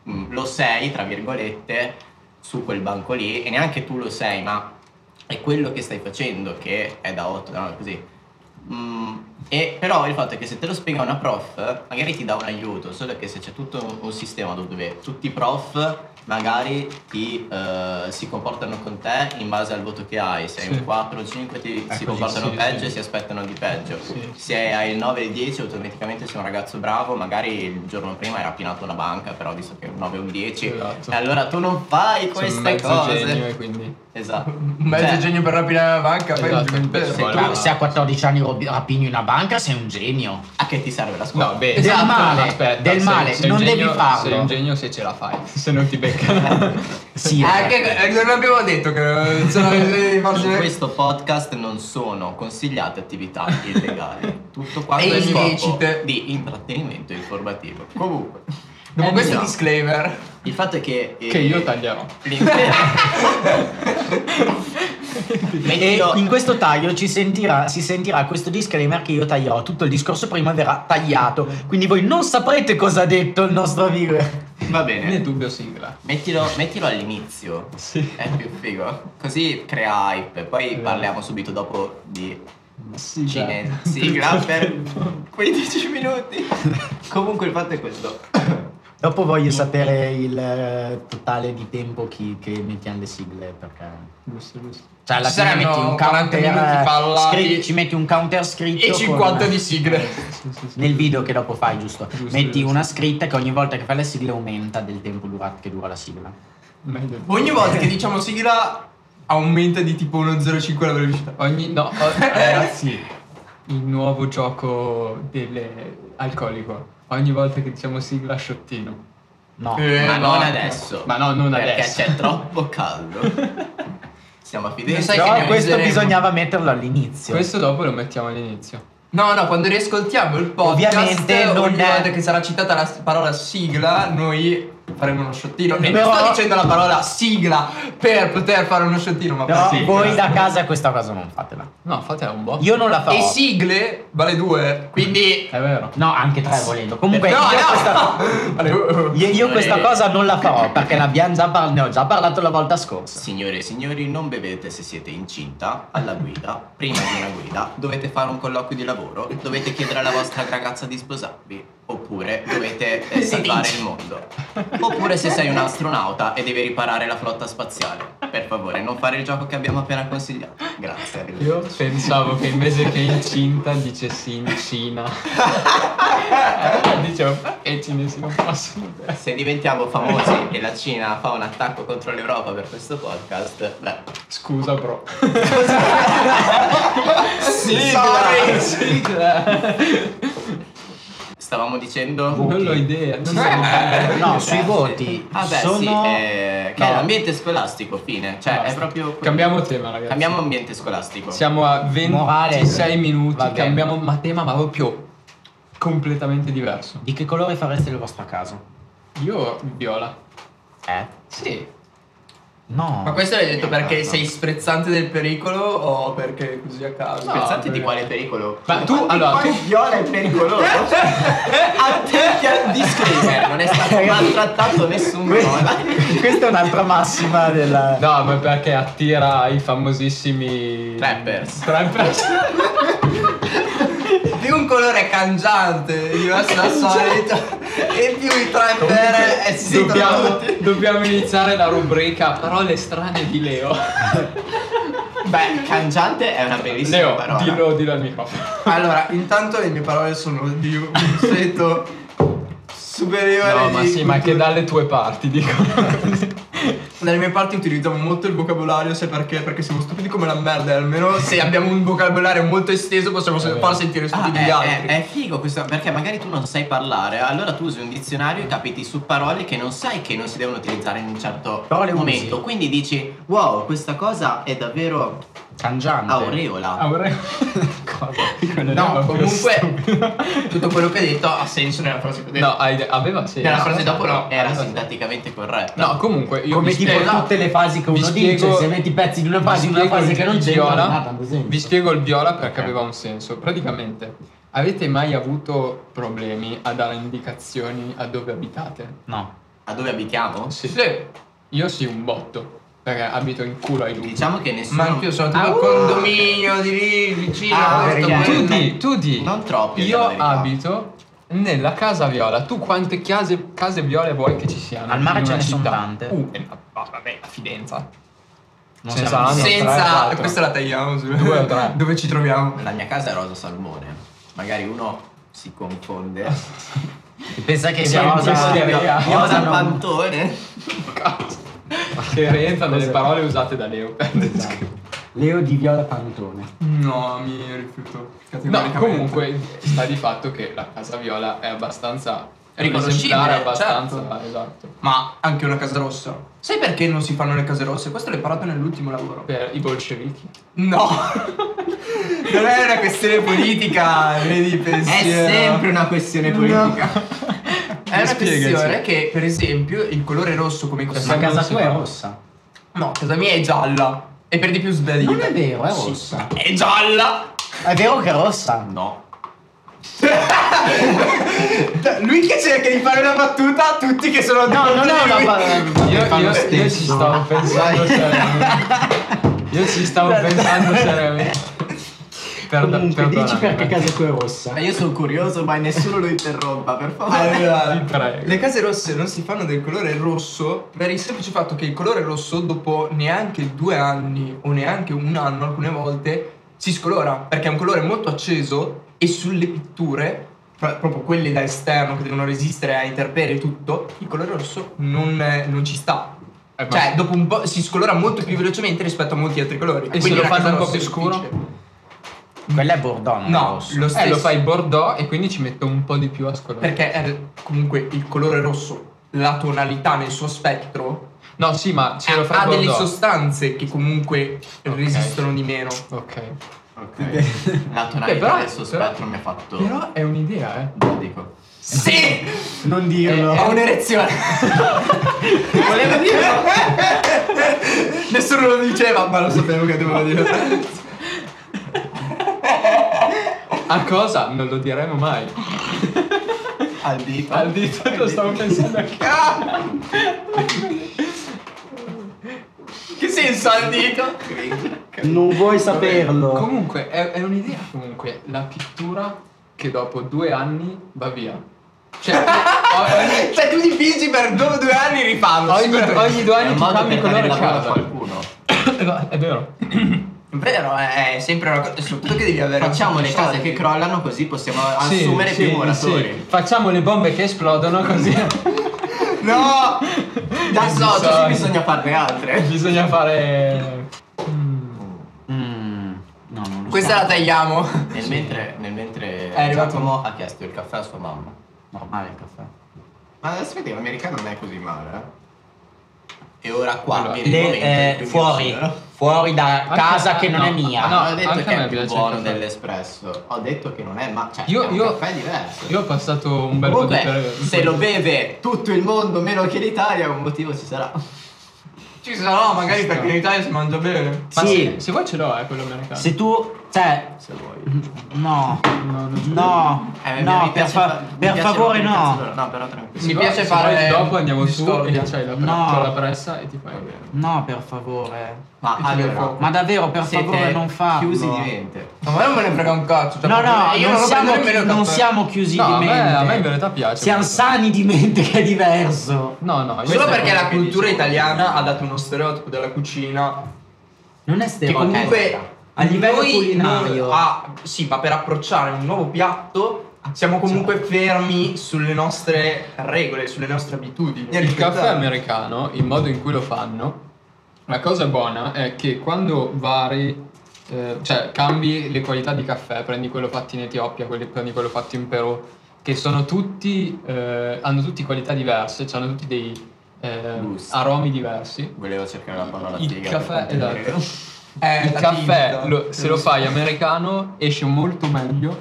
[SPEAKER 4] mm, lo sei, tra virgolette, su quel banco lì e neanche tu lo sei, ma è quello che stai facendo che è da 8, da 9, così. Mm, e però il fatto è che se te lo spiega una prof, magari ti dà un aiuto, solo che se c'è tutto un, un sistema dove tutti i prof magari ti, eh, si comportano con te in base al voto che hai. Se hai
[SPEAKER 1] Sì.
[SPEAKER 4] un 4 o 5 ti,
[SPEAKER 1] così,
[SPEAKER 4] si comportano
[SPEAKER 1] sì,
[SPEAKER 4] peggio
[SPEAKER 1] sì.
[SPEAKER 4] e si aspettano di peggio.
[SPEAKER 1] Sì.
[SPEAKER 4] Se hai il 9 e il 10 automaticamente sei un ragazzo bravo, magari il giorno prima hai rapinato una banca, però visto che è un 9 o un 10,
[SPEAKER 1] Esatto.
[SPEAKER 4] e allora tu non fai
[SPEAKER 1] Sono un
[SPEAKER 4] queste
[SPEAKER 1] mezzo
[SPEAKER 4] cose. (laughs)
[SPEAKER 1] genio e quindi...
[SPEAKER 4] Esatto.
[SPEAKER 1] (laughs)
[SPEAKER 2] Un mezzo
[SPEAKER 4] Cioè,
[SPEAKER 2] genio per rapinare la banca, poi
[SPEAKER 1] Esatto,
[SPEAKER 2] un
[SPEAKER 1] beh,
[SPEAKER 2] genio
[SPEAKER 1] sì.
[SPEAKER 2] per-
[SPEAKER 3] Tu,
[SPEAKER 1] Brava.
[SPEAKER 3] se a 14 anni robi- rapini una banca, sei un genio.
[SPEAKER 4] A che ti serve la scuola?
[SPEAKER 1] No, beh, esatto,
[SPEAKER 3] Del male, del
[SPEAKER 1] sei-
[SPEAKER 3] male,
[SPEAKER 1] sei un
[SPEAKER 3] non devi
[SPEAKER 1] genio-
[SPEAKER 3] farlo.
[SPEAKER 1] Sei un genio se ce la fai, (laughs) se non ti beccano.
[SPEAKER 2] (laughs)
[SPEAKER 3] Sì,
[SPEAKER 2] Eh,
[SPEAKER 3] eh.
[SPEAKER 2] che- eh, non abbiamo detto che eh, sono
[SPEAKER 4] (laughs)
[SPEAKER 2] le
[SPEAKER 4] In
[SPEAKER 2] forze
[SPEAKER 4] questo podcast non sono consigliate
[SPEAKER 1] (laughs)
[SPEAKER 4] attività illegali. Tutto
[SPEAKER 2] E
[SPEAKER 4] quanto è scopo
[SPEAKER 2] illecite.
[SPEAKER 4] di intrattenimento informativo. Comunque,
[SPEAKER 2] Dopo
[SPEAKER 4] eh,
[SPEAKER 2] questo
[SPEAKER 4] no.
[SPEAKER 2] disclaimer,
[SPEAKER 4] il fatto è che
[SPEAKER 1] (laughs)
[SPEAKER 4] eh,
[SPEAKER 1] che io taglierò. (laughs)
[SPEAKER 4] l'intero-
[SPEAKER 3] E
[SPEAKER 4] Mettilo-
[SPEAKER 3] in questo taglio ci sentirà, si sentirà questo disclaimer che io taglierò. Tutto il discorso prima verrà tagliato. Quindi voi non saprete cosa ha detto il nostro amico.
[SPEAKER 4] va
[SPEAKER 1] Nel
[SPEAKER 4] bene.
[SPEAKER 1] dubbio sigla.
[SPEAKER 4] Mettilo, mettilo all'inizio,
[SPEAKER 1] Sì.
[SPEAKER 4] è più figo. Così crea hype. Poi parliamo subito dopo di Cine- sigla per 15 minuti. Comunque il fatto è questo.
[SPEAKER 3] Dopo voglio sapere il eh, totale di tempo chi- che mettiamo le sigle perché...
[SPEAKER 1] Giusto, giusto.
[SPEAKER 3] Cioè alla
[SPEAKER 2] Ci
[SPEAKER 3] fine
[SPEAKER 2] saranno
[SPEAKER 3] metti un
[SPEAKER 2] 40
[SPEAKER 3] counter
[SPEAKER 2] minuti
[SPEAKER 3] eh,
[SPEAKER 2] ballati
[SPEAKER 3] scritto- ci metti un counter scritto
[SPEAKER 2] e
[SPEAKER 3] con-
[SPEAKER 2] 50 di sigle.
[SPEAKER 1] Sì, sì, sì.
[SPEAKER 3] nel video che dopo fai, giusto?
[SPEAKER 1] Giusto,
[SPEAKER 3] metti
[SPEAKER 1] giusto.
[SPEAKER 3] una scritta che ogni volta che fai la sigla aumenta del tempo durato che dura la sigla.
[SPEAKER 1] Meglio.
[SPEAKER 2] Ogni
[SPEAKER 3] Eh.
[SPEAKER 2] volta che diciamo sigla aumenta di tipo 1,05 la velocità.
[SPEAKER 1] Ogni... No, o- ragazzi, il nuovo gioco delle... alcolico. Ogni volta che diciamo sigla, sciottino.
[SPEAKER 3] No.
[SPEAKER 2] Eh,
[SPEAKER 4] Ma non
[SPEAKER 2] no.
[SPEAKER 4] adesso.
[SPEAKER 1] Ma no, non
[SPEAKER 4] perché
[SPEAKER 1] adesso.
[SPEAKER 4] c'è troppo caldo. Siamo a
[SPEAKER 2] Lo
[SPEAKER 4] Fidenza.
[SPEAKER 2] sai che
[SPEAKER 3] Però
[SPEAKER 2] ne
[SPEAKER 3] questo
[SPEAKER 2] useremo.
[SPEAKER 3] bisognava metterlo all'inizio.
[SPEAKER 1] Questo dopo lo mettiamo all'inizio.
[SPEAKER 2] No, no, quando riascoltiamo il podcast,
[SPEAKER 3] Ovviamente non
[SPEAKER 2] ogni
[SPEAKER 3] è-
[SPEAKER 2] volta che sarà citata la s- parola sigla, noi faremo uno sciottino. E
[SPEAKER 3] Però-
[SPEAKER 2] non sto dicendo la parola sigla per poter fare uno sciottino, ma
[SPEAKER 1] Ah,
[SPEAKER 3] Però
[SPEAKER 2] per sigla.
[SPEAKER 3] voi da casa questa cosa non fatela.
[SPEAKER 1] No, fatela un po'.
[SPEAKER 3] Io non la farò.
[SPEAKER 2] E sigle vale due, quindi...
[SPEAKER 1] È vero.
[SPEAKER 3] No, anche tre volendo. Comunque
[SPEAKER 2] no,
[SPEAKER 3] io,
[SPEAKER 2] no!
[SPEAKER 3] Questa,
[SPEAKER 2] (laughs) Vale due.
[SPEAKER 3] io- io questa cosa non la farò perché ne, abbiamo già par- ne ho già parlato la volta scorsa.
[SPEAKER 4] Signore e signori, non bevete se siete incinta alla guida, prima di una guida, dovete fare un colloquio di lavoro, dovete chiedere alla vostra ragazza di sposarvi, oppure dovete eh, salvare il mondo. Oppure se sei un astronauta e devi riparare la flotta spaziale. Per favore, non fare il gioco che abbiamo appena consigliato. Grazie. arrivederci.
[SPEAKER 1] Io pensavo che invece che incinta dicessi in
[SPEAKER 4] (laughs)
[SPEAKER 1] Cina. Allora Dicevo, e i cinesi non possono bere.
[SPEAKER 4] Se diventiamo famosi e la Cina fa un attacco contro l'Europa per questo podcast, beh,
[SPEAKER 1] Scusa, bro.
[SPEAKER 4] Eh,
[SPEAKER 2] Sorry.
[SPEAKER 4] stavamo dicendo...
[SPEAKER 1] Non l'ho idea. Non
[SPEAKER 4] Cioè,
[SPEAKER 2] Eh,
[SPEAKER 3] No, sui voti
[SPEAKER 4] Ah beh,
[SPEAKER 3] sono
[SPEAKER 4] sì, eh, che è
[SPEAKER 3] no.
[SPEAKER 4] l'ambiente scolastico, fine. Cioè,
[SPEAKER 1] Basta.
[SPEAKER 4] è proprio... quello.
[SPEAKER 1] Cambiamo tema, ragazzi.
[SPEAKER 4] Cambiamo ambiente scolastico.
[SPEAKER 1] Siamo a 26
[SPEAKER 3] Morale.
[SPEAKER 2] cioè,
[SPEAKER 1] minuti.
[SPEAKER 3] Va bene.
[SPEAKER 1] Cambiamo ma tema, ma proprio completamente diverso.
[SPEAKER 3] di che colore fareste il vostro caso?
[SPEAKER 1] Io viola.
[SPEAKER 3] Eh?
[SPEAKER 1] Sì.
[SPEAKER 3] No.
[SPEAKER 2] Ma questo l'hai detto
[SPEAKER 4] Mia
[SPEAKER 2] perché
[SPEAKER 4] mamma.
[SPEAKER 2] sei sprezzante del pericolo o perché così a caso?
[SPEAKER 1] No.
[SPEAKER 4] Pensate
[SPEAKER 1] perché-
[SPEAKER 4] di quale pericolo.
[SPEAKER 1] Ma tu, allora, tu
[SPEAKER 4] viola è pericoloso.
[SPEAKER 5] (laughs)
[SPEAKER 4] Attenti al disclaimer, non è stato maltrattato nessun viola.
[SPEAKER 3] Questa è un'altra massima della.
[SPEAKER 1] No, ma perché attira i famosissimi
[SPEAKER 4] Trappers.
[SPEAKER 1] Trappers.
[SPEAKER 2] Più un colore cangiante diverso dal solito e più i trapper eh, si
[SPEAKER 1] dobbiamo,
[SPEAKER 2] trovano
[SPEAKER 1] dobbiamo iniziare la rubrica Parole strane di Leo.
[SPEAKER 4] Beh, cangiante è una bellissima
[SPEAKER 1] Leo,
[SPEAKER 4] parola.
[SPEAKER 1] dillo, dillo al microfono.
[SPEAKER 2] Allora, intanto le mie parole sono di un seto superiore
[SPEAKER 1] No, ma
[SPEAKER 2] di
[SPEAKER 1] sì, ma che
[SPEAKER 2] cultura.
[SPEAKER 1] dalle tue parti, dico.
[SPEAKER 2] Dalle mie parti utilizziamo molto il vocabolario, sai perché? Perché siamo stupidi come la merda, e almeno se abbiamo un vocabolario molto esteso possiamo
[SPEAKER 1] Eh.
[SPEAKER 2] far sentire
[SPEAKER 4] Ah,
[SPEAKER 2] stupidi
[SPEAKER 4] è,
[SPEAKER 2] gli
[SPEAKER 4] è-
[SPEAKER 2] altri.
[SPEAKER 4] è figo questo perché magari tu non sai parlare, allora tu usi un dizionario e capiti su parole che non sai che non si devono utilizzare in un certo
[SPEAKER 3] Però le usi.
[SPEAKER 4] momento. Quindi dici, wow, questa cosa è davvero
[SPEAKER 3] Cangiante.
[SPEAKER 2] Ah,
[SPEAKER 4] aureola.
[SPEAKER 1] Aure. (laughs) Cosa? Quella
[SPEAKER 2] No,
[SPEAKER 1] era proprio
[SPEAKER 2] comunque-
[SPEAKER 1] stupida.
[SPEAKER 2] Tutto quello che hai detto ha senso nella frase che ho detto.
[SPEAKER 1] No, hai- aveva senso.
[SPEAKER 2] Nella frase dopo no.
[SPEAKER 4] Era
[SPEAKER 1] Allora-
[SPEAKER 4] sintaticamente corretta.
[SPEAKER 1] No, comunque io
[SPEAKER 3] Come
[SPEAKER 1] vi
[SPEAKER 3] tipo
[SPEAKER 1] spiego-
[SPEAKER 3] tutte le fasi che
[SPEAKER 1] vi
[SPEAKER 3] uno
[SPEAKER 1] spiego-
[SPEAKER 3] dice, se metti pezzi di una
[SPEAKER 1] vi
[SPEAKER 3] fase in una
[SPEAKER 1] spiego
[SPEAKER 3] fase
[SPEAKER 1] il
[SPEAKER 3] che non c'è,
[SPEAKER 1] viola.
[SPEAKER 3] non ha tanto senso.
[SPEAKER 1] Vi spiego il viola perché
[SPEAKER 3] Ok.
[SPEAKER 1] aveva un senso. Praticamente, avete mai avuto problemi a dare indicazioni a dove abitate?
[SPEAKER 3] No.
[SPEAKER 4] A dove abitiamo?
[SPEAKER 1] Sì. Io sì, un botto. Perché abito in culo ai lupi.
[SPEAKER 4] Diciamo che nessuno.
[SPEAKER 2] Ma anch'io sono tipo
[SPEAKER 1] Ah, uh.
[SPEAKER 2] condominio di lì, vicino,
[SPEAKER 3] Ah,
[SPEAKER 2] questo,
[SPEAKER 3] perché-
[SPEAKER 2] quello.
[SPEAKER 1] Tu di, tu di.
[SPEAKER 4] Non troppi,
[SPEAKER 1] Io
[SPEAKER 4] diciamo la verità.
[SPEAKER 1] abito nella casa viola, tu quante case, case viole vuoi che ci siano?
[SPEAKER 3] Al mare
[SPEAKER 1] in
[SPEAKER 3] ce
[SPEAKER 1] una
[SPEAKER 3] ne son
[SPEAKER 1] città?
[SPEAKER 3] tante.
[SPEAKER 1] Uh, eh, no, va- vabbè, la Fidenza.
[SPEAKER 3] Non
[SPEAKER 1] Ce ne
[SPEAKER 3] siamo-
[SPEAKER 1] saranno Ah, tre,
[SPEAKER 2] Senza.
[SPEAKER 1] quattro.
[SPEAKER 2] questa la tagliamo. su-
[SPEAKER 1] Due o tre.
[SPEAKER 2] Dove ci troviamo?
[SPEAKER 4] La mia casa è rosa salmone. Magari uno si confonde.
[SPEAKER 3] Pensa che
[SPEAKER 1] Che
[SPEAKER 3] sia
[SPEAKER 1] poi
[SPEAKER 3] rosa.
[SPEAKER 1] questa idea-
[SPEAKER 4] Rosa
[SPEAKER 3] non-
[SPEAKER 4] pantone.
[SPEAKER 1] Cazzo. (laughs) Che rientrano nelle
[SPEAKER 7] Cos'è?
[SPEAKER 1] parole usate da (laughs) Leo. per descrivere.
[SPEAKER 7] Leo di Viola Pantone.
[SPEAKER 2] No, mi rifiuto.
[SPEAKER 1] No,
[SPEAKER 2] categoricamente.
[SPEAKER 1] comunque sta di fatto che la casa viola è abbastanza è un
[SPEAKER 2] Riconoscibile,
[SPEAKER 1] esemplare abbastanza
[SPEAKER 2] certo.
[SPEAKER 1] esatto.
[SPEAKER 2] Ma anche una casa rossa. Sai perché non si fanno le case rosse? Questo l'ho imparato nell'ultimo lavoro.
[SPEAKER 1] Per i bolscevichi.
[SPEAKER 2] No, (laughs) non è una questione politica, vedi,
[SPEAKER 4] È
[SPEAKER 2] pensiero.
[SPEAKER 4] sempre una questione politica.
[SPEAKER 2] (laughs) È una
[SPEAKER 1] Spiegaci.
[SPEAKER 2] questione che, per esempio, il colore rosso come
[SPEAKER 3] Ma
[SPEAKER 2] costume.
[SPEAKER 3] casa tua è rossa.
[SPEAKER 2] No, casa mia è gialla. E per di più sbiadita.
[SPEAKER 3] Non è vero, è
[SPEAKER 2] Sì.
[SPEAKER 3] rossa.
[SPEAKER 2] È gialla!
[SPEAKER 3] È vero che è rossa? (laughs)
[SPEAKER 4] No.
[SPEAKER 2] Lui che cerca di fare una battuta a tutti che sono No, non è una
[SPEAKER 1] Io, io, io ci stavo pensando seriamente. Io ci stavo pensando seriamente. Per,
[SPEAKER 7] Comunque, dici perché
[SPEAKER 1] cazzo
[SPEAKER 7] casa tua è rossa.
[SPEAKER 4] Ma io sono curioso, ma nessuno lo interrompa, per
[SPEAKER 2] (laughs)
[SPEAKER 4] favore.
[SPEAKER 2] Allora,
[SPEAKER 1] Vi prego.
[SPEAKER 2] le case rosse non si fanno del colore rosso per il semplice fatto che il colore rosso dopo neanche due anni o neanche un anno alcune volte si scolora perché è un colore molto acceso e sulle pitture, fra- proprio quelle da esterno che devono resistere a interperie e tutto, il colore rosso non, eh, non ci sta.
[SPEAKER 1] Eh, ma-
[SPEAKER 2] Cioè, dopo un po' si scolora molto più velocemente rispetto a molti altri colori.
[SPEAKER 1] E se
[SPEAKER 2] Quindi
[SPEAKER 1] lo
[SPEAKER 2] una
[SPEAKER 1] fanno
[SPEAKER 2] casa
[SPEAKER 1] un po'
[SPEAKER 2] rossa è
[SPEAKER 1] più scuro?
[SPEAKER 2] difficile.
[SPEAKER 3] Quella è Bordeaux, non è
[SPEAKER 2] Mm. No,
[SPEAKER 3] rossa.
[SPEAKER 2] lo
[SPEAKER 1] Eh,
[SPEAKER 2] stesso.
[SPEAKER 1] lo fai bordeaux e quindi ci metto un po' di più a scolare.
[SPEAKER 2] Perché è comunque il colore rosso, la tonalità nel suo spettro,
[SPEAKER 1] No, sì, ma se lo fai
[SPEAKER 2] ha delle
[SPEAKER 1] bordeaux.
[SPEAKER 2] sostanze che comunque
[SPEAKER 1] Ok.
[SPEAKER 2] resistono di meno.
[SPEAKER 1] ok.
[SPEAKER 4] Ok. La
[SPEAKER 1] Eh, però-
[SPEAKER 4] tonalità del suo
[SPEAKER 1] però-
[SPEAKER 4] spettro mi ha fatto.
[SPEAKER 1] Però è un'idea, eh.
[SPEAKER 4] Lo dico.
[SPEAKER 2] Sì!
[SPEAKER 7] Non dirlo.
[SPEAKER 2] Ho un'erezione! (laughs) Volevo dirlo! Nessuno lo diceva, ma lo sapevo che dovevo dire.
[SPEAKER 1] A cosa? Non lo diremo mai.
[SPEAKER 4] Al dito.
[SPEAKER 1] Al Ah, dito lo stavo pensando anche.
[SPEAKER 2] Che senso ha il dito?
[SPEAKER 7] Non vuoi saperlo.
[SPEAKER 1] Comunque, è, è un'idea comunque, la pittura che dopo due anni va via. (laughs) Cioè, ogni,
[SPEAKER 2] Cioè tu dipingi per due, due anni e rifarlo.
[SPEAKER 1] ogni, ogni due
[SPEAKER 4] È
[SPEAKER 1] anni
[SPEAKER 4] un
[SPEAKER 1] ti
[SPEAKER 4] modo
[SPEAKER 1] cambi
[SPEAKER 4] per
[SPEAKER 1] colore
[SPEAKER 4] dare lavoro a
[SPEAKER 1] casa.
[SPEAKER 4] qualcuno.
[SPEAKER 1] No, è vero.
[SPEAKER 2] Vero, è sempre una cosa. Soltanto che devi avere.
[SPEAKER 4] Facciamo le case
[SPEAKER 2] soldi.
[SPEAKER 4] che crollano così possiamo
[SPEAKER 1] Sì,
[SPEAKER 4] assumere
[SPEAKER 1] sì,
[SPEAKER 4] più muratori.
[SPEAKER 1] sì. Facciamo le bombe che esplodono (laughs) così
[SPEAKER 4] No! Da
[SPEAKER 1] Bisogna-
[SPEAKER 4] socio ci bisogna farne altre.
[SPEAKER 1] bisogna fare... Mm.
[SPEAKER 3] Mm, no, non lo
[SPEAKER 2] Questa la tagliamo.
[SPEAKER 4] Nel mentre, nel mentre
[SPEAKER 2] È arrivato.
[SPEAKER 4] Giacomo ha chiesto il caffè a sua mamma.
[SPEAKER 3] so. Normale il caffè.
[SPEAKER 4] Ma adesso vedi, l'America non è così male. eh. E ora qua
[SPEAKER 1] Allora,
[SPEAKER 4] viene il
[SPEAKER 3] Le,
[SPEAKER 4] momento
[SPEAKER 3] eh,
[SPEAKER 4] in cui mi
[SPEAKER 3] fuori, Ah,
[SPEAKER 4] ucciderò.
[SPEAKER 3] fuori da
[SPEAKER 1] Anche-
[SPEAKER 3] casa che non
[SPEAKER 1] no,
[SPEAKER 3] è mia.
[SPEAKER 1] no.
[SPEAKER 4] No, Ah, ho detto
[SPEAKER 1] anche a
[SPEAKER 4] che
[SPEAKER 1] me
[SPEAKER 4] è più
[SPEAKER 1] piace
[SPEAKER 4] buono
[SPEAKER 1] il caffè.
[SPEAKER 4] dell'espresso. Ho detto che non è, ma cioè,
[SPEAKER 1] Io,
[SPEAKER 4] è un
[SPEAKER 1] io,
[SPEAKER 4] caffè diverso.
[SPEAKER 1] io ho passato un bel po' di
[SPEAKER 4] Comunque,
[SPEAKER 1] periodo.
[SPEAKER 4] se lo beve tutto il mondo meno che l'Italia, un motivo ci sarà.
[SPEAKER 2] Ci sarà, magari perché in Italia si mangia bene.
[SPEAKER 1] Ma
[SPEAKER 3] Sì.
[SPEAKER 1] se, se vuoi ce l'ho, eh, quello americano.
[SPEAKER 3] Se tu, cioè,
[SPEAKER 4] Se vuoi.
[SPEAKER 3] no,
[SPEAKER 1] No, no, giuro.
[SPEAKER 3] no,
[SPEAKER 4] Eh, mi- mi
[SPEAKER 3] no, per,
[SPEAKER 4] piace
[SPEAKER 3] fa-
[SPEAKER 4] fa- mi
[SPEAKER 3] per
[SPEAKER 4] piace
[SPEAKER 3] favore
[SPEAKER 4] molto il
[SPEAKER 3] no,
[SPEAKER 4] cazzo d'oro. No, però tranquillo.
[SPEAKER 2] Mi
[SPEAKER 1] Se
[SPEAKER 2] piace
[SPEAKER 1] vuoi- se
[SPEAKER 2] fare
[SPEAKER 1] vuoi dopo andiamo su
[SPEAKER 2] discordia.
[SPEAKER 1] e c'hai la, pre-
[SPEAKER 3] No.
[SPEAKER 1] con la pressa e ti fai...
[SPEAKER 3] no, per favore.
[SPEAKER 4] Ma
[SPEAKER 2] Ci vede
[SPEAKER 4] allora,
[SPEAKER 2] poco.
[SPEAKER 3] Ma davvero, per
[SPEAKER 4] siete
[SPEAKER 3] favore, non farlo.
[SPEAKER 4] Chiusi di mente.
[SPEAKER 2] No, ma non me ne frega un cazzo. cioè,
[SPEAKER 3] No, no,
[SPEAKER 2] io
[SPEAKER 3] non,
[SPEAKER 2] lo
[SPEAKER 3] siamo,
[SPEAKER 2] prendo nemmeno il
[SPEAKER 4] eh.
[SPEAKER 3] non
[SPEAKER 2] caffè.
[SPEAKER 3] siamo chiusi
[SPEAKER 1] No, a
[SPEAKER 3] di
[SPEAKER 1] me,
[SPEAKER 3] mente.
[SPEAKER 1] a me in verità piace.
[SPEAKER 3] siamo sani di mente (laughs) che è diverso.
[SPEAKER 1] No, no. io-
[SPEAKER 2] Solo perché
[SPEAKER 1] quello
[SPEAKER 2] la
[SPEAKER 1] che
[SPEAKER 2] cultura
[SPEAKER 1] dicevo.
[SPEAKER 2] italiana ha dato uno stereotipo della cucina
[SPEAKER 3] Non è
[SPEAKER 2] che
[SPEAKER 3] stereotipo.
[SPEAKER 2] comunque
[SPEAKER 3] a livello
[SPEAKER 2] noi
[SPEAKER 3] culinario.
[SPEAKER 2] non- ah, sì, ma per approcciare un nuovo piatto siamo comunque fermi sulle nostre regole, sulle nostre abitudini.
[SPEAKER 1] Il caffè americano, il modo in cui lo fanno, la cosa buona è che quando vari, eh, cioè cambi le qualità di caffè, prendi quello fatto in Etiopia, quelli- prendi quello fatto in Perù, che sono tutti, eh, hanno tutti qualità diverse, cioè hanno tutti dei eh,
[SPEAKER 4] Gusti.
[SPEAKER 1] aromi diversi.
[SPEAKER 4] Volevo cercare la parola
[SPEAKER 1] Il
[SPEAKER 4] spiega
[SPEAKER 1] caffè,
[SPEAKER 4] per contenere.
[SPEAKER 1] esatto.
[SPEAKER 2] Eh,
[SPEAKER 1] il
[SPEAKER 2] la
[SPEAKER 1] caffè,
[SPEAKER 2] tinta.
[SPEAKER 1] lo- se lo fai americano, esce molto meglio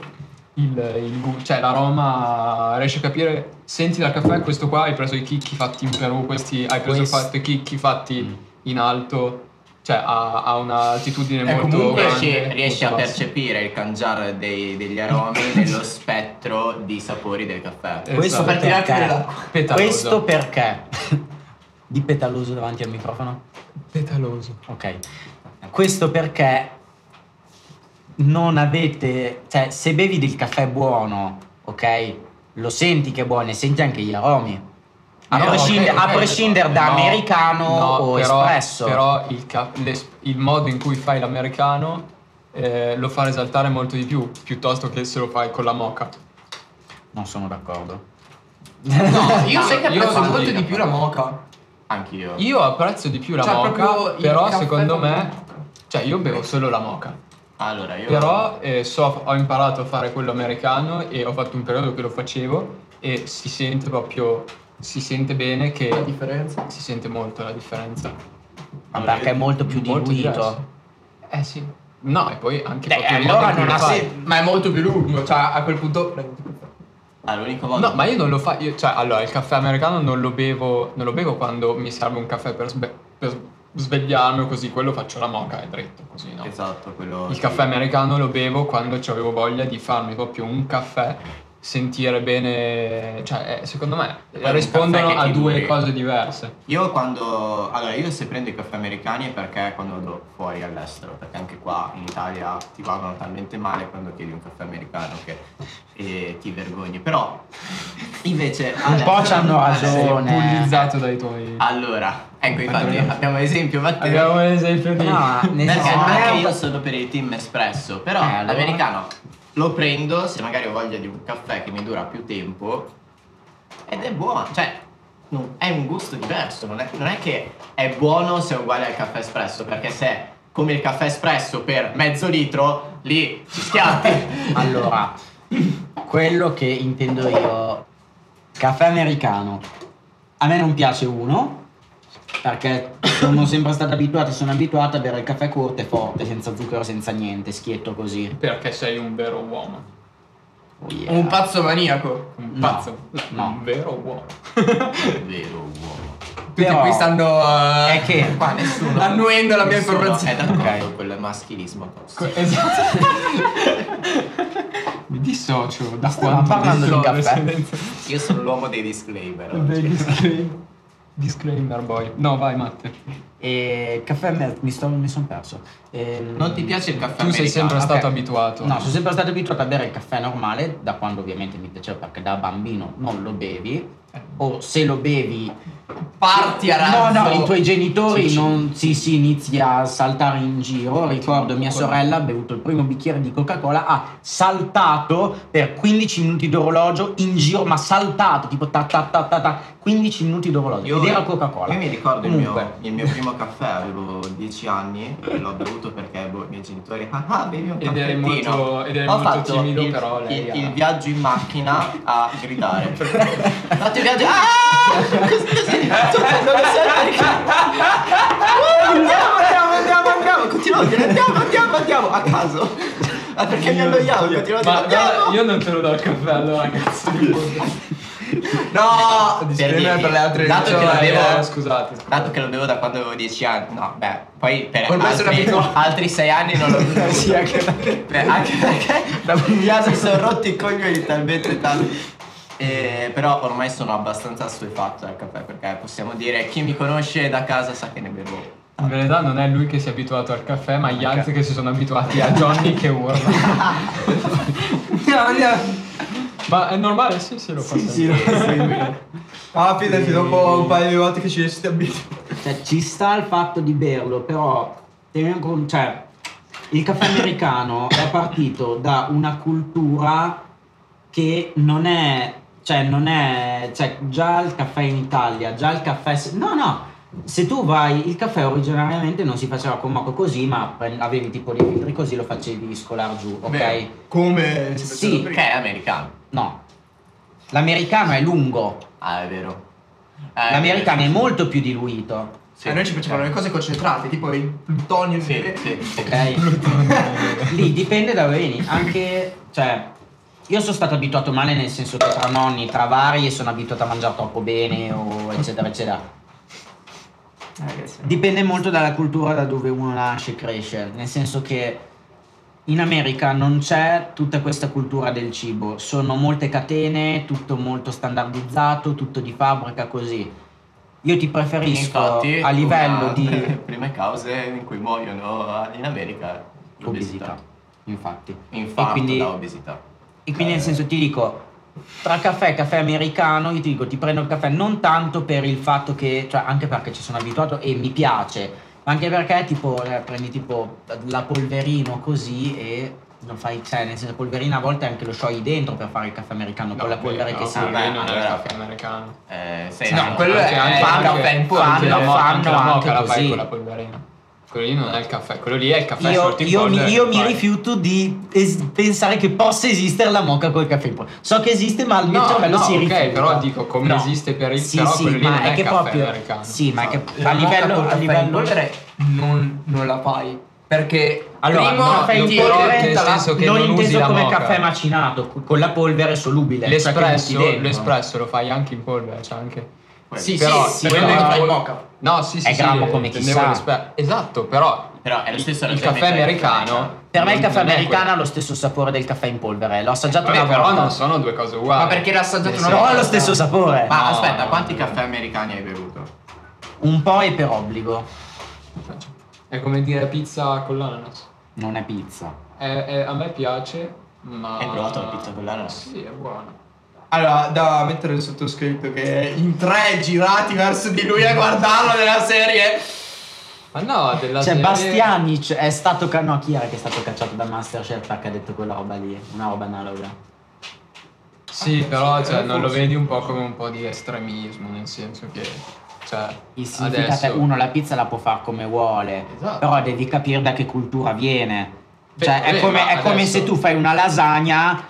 [SPEAKER 1] il, il gu- cioè l'aroma, riesci a capire, senti dal caffè, questo qua hai preso i chicchi fatti in Perù, questi hai preso
[SPEAKER 3] Questo.
[SPEAKER 1] fatto i chicchi fatti in alto, cioè ha, ha un'altitudine
[SPEAKER 2] Eh,
[SPEAKER 1] molto
[SPEAKER 2] comunque
[SPEAKER 1] grande.
[SPEAKER 4] Riesci, riesci a
[SPEAKER 1] molto bassa.
[SPEAKER 4] percepire il cangiare dei- degli (laughs) aromi nello spettro di sapori del caffè.
[SPEAKER 1] Eh,
[SPEAKER 3] questo
[SPEAKER 1] esatto.
[SPEAKER 3] perché?
[SPEAKER 2] Tirati dell'acqua.
[SPEAKER 1] Petaloso.
[SPEAKER 3] Questo perché? di petaloso davanti al microfono?
[SPEAKER 1] Petaloso.
[SPEAKER 3] Ok. Questo perché non avete, cioè se bevi del caffè buono, ok? lo senti che è buono e senti anche gli aromi. A,
[SPEAKER 1] Eh,
[SPEAKER 3] prescindere,
[SPEAKER 1] ok, ok.
[SPEAKER 3] a prescindere da
[SPEAKER 1] No,
[SPEAKER 3] americano
[SPEAKER 1] no,
[SPEAKER 3] o
[SPEAKER 1] però-
[SPEAKER 3] espresso.
[SPEAKER 1] Però il, ca- l'es- il modo in cui fai l'americano eh, lo fa risaltare molto di più piuttosto che se lo fai con la moca.
[SPEAKER 3] Non sono d'accordo.
[SPEAKER 2] No, io
[SPEAKER 1] Sai
[SPEAKER 2] sai
[SPEAKER 1] che
[SPEAKER 2] che apprezzo
[SPEAKER 1] apprezzo
[SPEAKER 2] molto
[SPEAKER 1] il
[SPEAKER 2] di più la moca.
[SPEAKER 4] Anche io.
[SPEAKER 1] Io apprezzo di più la
[SPEAKER 2] Cioè, proprio
[SPEAKER 1] moca,
[SPEAKER 2] il
[SPEAKER 1] però
[SPEAKER 2] caffè
[SPEAKER 1] secondo
[SPEAKER 2] con la
[SPEAKER 1] me,
[SPEAKER 2] moca.
[SPEAKER 1] cioè io bevo solo la moca.
[SPEAKER 4] Allora, io.
[SPEAKER 1] Però eh, so- ho imparato a fare quello americano e ho fatto un periodo che lo facevo e si sente proprio, si sente bene
[SPEAKER 2] La
[SPEAKER 1] che
[SPEAKER 2] differenza.
[SPEAKER 1] si sente molto la differenza.
[SPEAKER 3] Ma perché è molto più
[SPEAKER 1] Molto
[SPEAKER 3] diluito.
[SPEAKER 1] diverso. Eh sì. No, e poi anche
[SPEAKER 3] Beh,
[SPEAKER 1] proprio il
[SPEAKER 3] allora
[SPEAKER 1] modo in cui
[SPEAKER 3] non
[SPEAKER 1] lo
[SPEAKER 3] ha
[SPEAKER 1] fai.
[SPEAKER 3] senso.
[SPEAKER 2] Ma è molto più lungo, cioè a quel punto.
[SPEAKER 4] Ah, l'unico modo.
[SPEAKER 1] No, ma io non lo faccio. Cioè, allora, il caffè americano non lo bevo, non lo bevo quando mi serve un caffè per, sve- per svegliarmi o così, quello faccio la moca, è dritto, così, no?
[SPEAKER 4] Esatto, quello.
[SPEAKER 1] Il caffè americano lo bevo quando ci avevo voglia di farmi proprio un caffè, sentire bene, cioè eh, secondo me
[SPEAKER 4] Poi un
[SPEAKER 1] rispondono
[SPEAKER 4] caffè che
[SPEAKER 1] a
[SPEAKER 4] ti
[SPEAKER 1] due
[SPEAKER 4] duri.
[SPEAKER 1] cose diverse.
[SPEAKER 4] Io quando. Allora, io se prendo i caffè americani è perché quando vado fuori all'estero, perché anche qua in Italia ti pagano talmente male quando chiedi un caffè americano che eh, ti vergogni. Però, invece.
[SPEAKER 3] Un po' ci hanno
[SPEAKER 1] Eh, Sei
[SPEAKER 3] ragione. Ah,
[SPEAKER 1] bullizzato dai tuoi...
[SPEAKER 4] Allora, ecco, infatti,
[SPEAKER 1] Allora.
[SPEAKER 4] abbiamo esempio, Matteo.
[SPEAKER 1] Abbiamo un esempio di...
[SPEAKER 3] No, nel
[SPEAKER 4] Perché
[SPEAKER 3] senso, non è
[SPEAKER 4] anche
[SPEAKER 3] un-
[SPEAKER 4] io sono per il team espresso, però
[SPEAKER 3] Eh, allora.
[SPEAKER 4] l'americano lo prendo se magari ho voglia di un caffè che mi dura più tempo ed è buono, cioè non- è un gusto diverso, non è, non è che è buono se è uguale al caffè espresso, perché se è come il caffè espresso per mezzo litro, lì ci schiatti.
[SPEAKER 3] Allora, quello che intendo io, caffè americano, a me non piace uno, perché sono sempre stata abituata, sono abituata a bere il caffè corto e forte, senza zucchero, senza niente, schietto così.
[SPEAKER 1] Perché sei un vero uomo.
[SPEAKER 3] Oh yeah.
[SPEAKER 2] Un pazzo maniaco.
[SPEAKER 1] Un
[SPEAKER 3] No,
[SPEAKER 1] pazzo.
[SPEAKER 3] no.
[SPEAKER 1] Un vero uomo.
[SPEAKER 4] Vero uomo.
[SPEAKER 2] Tutti
[SPEAKER 3] Però-
[SPEAKER 2] qui stanno. eh,
[SPEAKER 3] È che-
[SPEAKER 4] Qua nessuno.
[SPEAKER 2] Annuendo la mia
[SPEAKER 4] nessuno
[SPEAKER 2] informazione.
[SPEAKER 4] È d'accordo
[SPEAKER 3] Ok.
[SPEAKER 4] con il maschilismo tossico.
[SPEAKER 1] Co- esatto.
[SPEAKER 3] (laughs)
[SPEAKER 1] Mi dissocio da
[SPEAKER 3] Stiamo
[SPEAKER 1] quanto
[SPEAKER 3] parlando di
[SPEAKER 1] dissocio,
[SPEAKER 3] caffè.
[SPEAKER 1] nel senso-
[SPEAKER 4] Io sono l'uomo dei disclaimer. oggi.
[SPEAKER 1] Dei disclaimer. Disclaimer boy. No, vai Matte.
[SPEAKER 3] E il caffè amer- mi, sto- mi sono perso. Ehm,
[SPEAKER 4] Non ti piace il caffè
[SPEAKER 1] Tu sei sempre
[SPEAKER 4] americano?
[SPEAKER 1] stato
[SPEAKER 3] ok.
[SPEAKER 1] abituato.
[SPEAKER 3] No, sono sempre stato abituato a bere il caffè normale, da quando ovviamente mi piaceva, perché da bambino non lo bevi, o se lo bevi
[SPEAKER 2] Parti a
[SPEAKER 3] No,
[SPEAKER 2] razzo.
[SPEAKER 3] no,
[SPEAKER 2] (laughs)
[SPEAKER 3] i tuoi genitori
[SPEAKER 2] Sì, sì.
[SPEAKER 3] non si, si inizia a saltare in giro. Ricordo mia sorella ha bevuto il primo bicchiere di Coca-Cola, ha saltato per 15 minuti d'orologio in giro, ma saltato tipo ta ta ta ta ta 15 minuti d'orologio. Ed era Coca-Cola.
[SPEAKER 4] Io mi ricordo il
[SPEAKER 3] Comunque,
[SPEAKER 4] mio, il mio primo caffè, avevo 10 anni e l'ho bevuto perché boh, i miei genitori ah, ah bevi un
[SPEAKER 1] Ed eri
[SPEAKER 4] caffettino.
[SPEAKER 1] molto- ed eri
[SPEAKER 4] Ho
[SPEAKER 1] molto
[SPEAKER 4] fatto
[SPEAKER 1] timido,
[SPEAKER 4] il,
[SPEAKER 1] però lei
[SPEAKER 4] il-
[SPEAKER 1] ha-
[SPEAKER 4] il viaggio in macchina a
[SPEAKER 1] (laughs)
[SPEAKER 4] gridare. Ho fatto il viaggio ah! Così,
[SPEAKER 1] Eh,
[SPEAKER 4] così. Cioè, non lo so perché. Ah,
[SPEAKER 1] eh.
[SPEAKER 4] Andiamo, andiamo, andiamo, andiamo, continuavo a dire andiamo, andiamo, andiamo, a caso.
[SPEAKER 1] (laughs)
[SPEAKER 4] Ma perché mi annoiavo, continuavo a dire
[SPEAKER 1] Ma guarda,
[SPEAKER 4] andiamo.
[SPEAKER 1] io non te lo do il caffè allora, cazzo.
[SPEAKER 4] No,
[SPEAKER 2] Disclaimer per le altre
[SPEAKER 4] dato che
[SPEAKER 2] religioni,
[SPEAKER 4] l'avevo
[SPEAKER 1] Eh, scusate. scusate.
[SPEAKER 4] Dato che lo bevo da quando avevo 10 anni, no, beh, poi per
[SPEAKER 2] Ormai sono
[SPEAKER 4] (laughs) altri,
[SPEAKER 2] abituato.
[SPEAKER 4] 6 anni non l'ho bevuto. sì, anche perché. anche perché da si sono rotti i coglioni talmente tanto. Eh, però ormai sono abbastanza stuefatto dal caffè perché possiamo dire chi mi conosce da casa sa che ne bevo.
[SPEAKER 1] In verità non è lui che si è abituato al caffè, ma gli altri che si sono abituati a Johnny che urla.
[SPEAKER 2] Andiamo, andiamo.
[SPEAKER 1] Ma è normale, sì, sì, lo fa sempre. (laughs)
[SPEAKER 2] Ah, fidati, dopo un paio di volte che ci siete abituati.
[SPEAKER 3] cioè, ci sta il fatto di berlo, però teniamo con- cioè, il caffè americano è partito da una cultura che non è, cioè, non è, cioè, già il caffè in Italia, già il caffè, se- no, no. Se tu vai, il caffè originariamente non si faceva con moco così, ma pre- avevi tipo dei filtri così, lo facevi scolare giù, ok?
[SPEAKER 2] Vero. Come si
[SPEAKER 3] Sì.
[SPEAKER 2] faceva
[SPEAKER 4] Perché
[SPEAKER 2] prima.
[SPEAKER 4] è americano.
[SPEAKER 3] No. L'americano è lungo,
[SPEAKER 4] Ah, è vero. Eh,
[SPEAKER 3] l'americano è molto più diluito,
[SPEAKER 2] A
[SPEAKER 4] Sì.
[SPEAKER 2] Cioè, noi ci piacevano le cose concentrate, tipo il Eh, plutonio.
[SPEAKER 4] Sì, sì, sì.
[SPEAKER 3] ok?
[SPEAKER 4] (laughs)
[SPEAKER 3] Lì dipende da dove vieni, anche, cioè, io sono stato abituato male nel senso che tra nonni, tra vari, sono abituato a mangiare troppo bene o eccetera eccetera.
[SPEAKER 2] eh,
[SPEAKER 3] Dipende molto dalla cultura da dove uno nasce e cresce, nel senso che in America non c'è tutta questa cultura del cibo, sono molte catene, tutto molto standardizzato, tutto di fabbrica così. Io ti preferisco
[SPEAKER 4] Infatti,
[SPEAKER 3] a livello
[SPEAKER 4] (laughs) una delle
[SPEAKER 3] di
[SPEAKER 4] prime cause in cui muoiono in America è l'obesità.
[SPEAKER 3] obesità, infatti. E
[SPEAKER 4] Infarto
[SPEAKER 3] quindi-
[SPEAKER 4] da obesità.
[SPEAKER 3] E quindi nel senso ti dico, tra caffè e caffè americano, io ti dico, ti prendo il caffè non tanto per il fatto che, cioè anche perché ci sono abituato e mi piace, ma anche perché tipo eh, prendi tipo la polverino così e non fai, cioè nel senso polverina a volte anche lo sciogli dentro per fare il caffè americano, con la polvere che si
[SPEAKER 1] no,
[SPEAKER 4] vabbè,
[SPEAKER 1] non è il
[SPEAKER 4] allora.
[SPEAKER 1] caffè americano.
[SPEAKER 4] Eh, sei
[SPEAKER 2] No, quello
[SPEAKER 1] Anche-
[SPEAKER 2] è
[SPEAKER 1] anche-
[SPEAKER 2] fanno-
[SPEAKER 1] anche-
[SPEAKER 2] fanno-
[SPEAKER 1] anche la mo- anche la
[SPEAKER 3] fanno
[SPEAKER 1] moca la
[SPEAKER 3] anche
[SPEAKER 1] fai
[SPEAKER 3] così.
[SPEAKER 1] con la polverina. Quello lì non è il caffè, quello lì è il caffè
[SPEAKER 3] Io,
[SPEAKER 1] sorto in
[SPEAKER 3] io mi,
[SPEAKER 1] polvere
[SPEAKER 3] io
[SPEAKER 1] che
[SPEAKER 3] mi
[SPEAKER 1] fai.
[SPEAKER 3] rifiuto di es- pensare che possa esistere la moca col caffè in polvere. So che esiste, ma il mio
[SPEAKER 1] No,
[SPEAKER 3] cervello
[SPEAKER 1] no,
[SPEAKER 3] si
[SPEAKER 1] ok,
[SPEAKER 3] rifiuta.
[SPEAKER 1] però dico, come esiste per il-
[SPEAKER 3] sì,
[SPEAKER 1] però
[SPEAKER 3] sì,
[SPEAKER 1] quello lì
[SPEAKER 3] ma
[SPEAKER 1] non è
[SPEAKER 3] che
[SPEAKER 1] caffè
[SPEAKER 3] proprio,
[SPEAKER 1] americano.
[SPEAKER 3] Sì, ma è che
[SPEAKER 2] La
[SPEAKER 3] a livello,
[SPEAKER 2] moca
[SPEAKER 3] a
[SPEAKER 2] col caffè in
[SPEAKER 3] livello cioè,
[SPEAKER 2] polvere non, non la fai. Perché
[SPEAKER 3] Allora,
[SPEAKER 2] primo
[SPEAKER 3] no,
[SPEAKER 2] fai
[SPEAKER 3] io
[SPEAKER 2] ti
[SPEAKER 3] però-
[SPEAKER 1] nel
[SPEAKER 2] diventa la-
[SPEAKER 1] senso che
[SPEAKER 3] non,
[SPEAKER 1] non usi
[SPEAKER 3] inteso
[SPEAKER 1] la
[SPEAKER 3] come
[SPEAKER 1] moca.
[SPEAKER 3] caffè macinato, co- con la polvere solubile. cioè che
[SPEAKER 1] L'espresso,
[SPEAKER 3] butti dentro.
[SPEAKER 1] l'espresso lo fai anche in polvere, cioè anche...
[SPEAKER 2] Sì,
[SPEAKER 1] però-
[SPEAKER 2] sì, sì,
[SPEAKER 1] però-
[SPEAKER 2] quello che fai in moca.
[SPEAKER 1] No, sì, sì,
[SPEAKER 3] È
[SPEAKER 1] sì,
[SPEAKER 3] grammo come
[SPEAKER 1] intendevo
[SPEAKER 3] chissà.
[SPEAKER 1] l'esper- Esatto, però
[SPEAKER 4] Però è lo stesso
[SPEAKER 1] il
[SPEAKER 4] ragionamento
[SPEAKER 1] caffè
[SPEAKER 4] del
[SPEAKER 1] americano...
[SPEAKER 3] Per me il
[SPEAKER 1] non-
[SPEAKER 3] caffè
[SPEAKER 1] non è
[SPEAKER 3] americano ha
[SPEAKER 1] quello.
[SPEAKER 3] lo stesso sapore del caffè in polvere. L'ho assaggiato
[SPEAKER 1] Vabbè,
[SPEAKER 3] una
[SPEAKER 1] però
[SPEAKER 3] volta.
[SPEAKER 1] non sono due cose uguali.
[SPEAKER 2] Ma perché l'ha assaggiato una
[SPEAKER 3] Non
[SPEAKER 2] volta?
[SPEAKER 3] ha lo stesso sapore.
[SPEAKER 4] Ma
[SPEAKER 1] No,
[SPEAKER 4] aspetta,
[SPEAKER 1] no,
[SPEAKER 4] quanti caffè americani hai bevuto?
[SPEAKER 3] Un po' è per obbligo.
[SPEAKER 1] È come dire pizza con l'ananas.
[SPEAKER 3] Non è pizza.
[SPEAKER 1] È- è- a me piace, ma...
[SPEAKER 4] Hai provato la pizza con l'ananas?
[SPEAKER 1] Sì, è buona.
[SPEAKER 2] Allora, da mettere il sottoscritto che in tre girati verso di lui a guardarlo nella serie.
[SPEAKER 1] Ma no, della
[SPEAKER 3] Cioè,
[SPEAKER 1] serie-
[SPEAKER 3] Bastianic è stato. ca- No, chi era che è stato cacciato da Masterchef perché ha detto quella roba lì? Una roba analoga.
[SPEAKER 1] Sì, però cioè,
[SPEAKER 2] eh,
[SPEAKER 1] non lo
[SPEAKER 2] forse.
[SPEAKER 1] vedi un po' come un po' di estremismo, nel senso che... Cioè,
[SPEAKER 3] Il significato
[SPEAKER 1] adesso...
[SPEAKER 3] è uno la pizza la può fare come vuole,
[SPEAKER 1] Esatto.
[SPEAKER 3] però devi capire da che cultura viene.
[SPEAKER 1] Beh,
[SPEAKER 3] cioè, è,
[SPEAKER 1] vabbè,
[SPEAKER 3] come,
[SPEAKER 1] ma
[SPEAKER 3] è come
[SPEAKER 1] adesso-
[SPEAKER 3] se tu fai una lasagna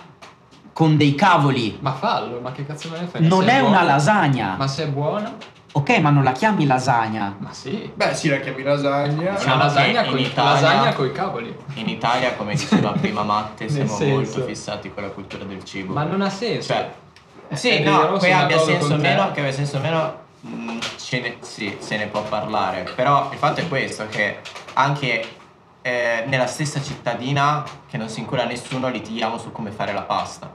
[SPEAKER 3] con dei cavoli.
[SPEAKER 1] Ma fallo, ma che cazzo me ne frega?
[SPEAKER 3] Non
[SPEAKER 1] se
[SPEAKER 3] è una
[SPEAKER 1] buona-
[SPEAKER 3] lasagna.
[SPEAKER 1] Ma se è buona?
[SPEAKER 3] Ok, ma non la chiami lasagna.
[SPEAKER 1] Ma sì.
[SPEAKER 2] Beh, sì, la chiami lasagna.
[SPEAKER 1] È una lasagna
[SPEAKER 4] Diciamo che
[SPEAKER 1] con
[SPEAKER 4] in Italia-
[SPEAKER 1] lasagna coi cavoli.
[SPEAKER 4] In Italia, come diceva
[SPEAKER 1] (laughs)
[SPEAKER 4] prima Matte,
[SPEAKER 1] Nel
[SPEAKER 4] siamo
[SPEAKER 1] senso.
[SPEAKER 4] molto fissati con la cultura del cibo.
[SPEAKER 1] Ma non ha senso.
[SPEAKER 4] Cioè,
[SPEAKER 1] È-
[SPEAKER 4] sì,
[SPEAKER 1] Eh, è
[SPEAKER 4] no,
[SPEAKER 1] vero,
[SPEAKER 4] che
[SPEAKER 1] sono
[SPEAKER 4] abbia
[SPEAKER 1] d'accordo
[SPEAKER 4] senso o
[SPEAKER 1] con te.
[SPEAKER 4] meno, che abbia senso o meno, mh, ce ne, sì, se ne può parlare. Però il fatto è questo, che anche eh, nella stessa cittadina che non si incura nessuno litighiamo su come fare la pasta.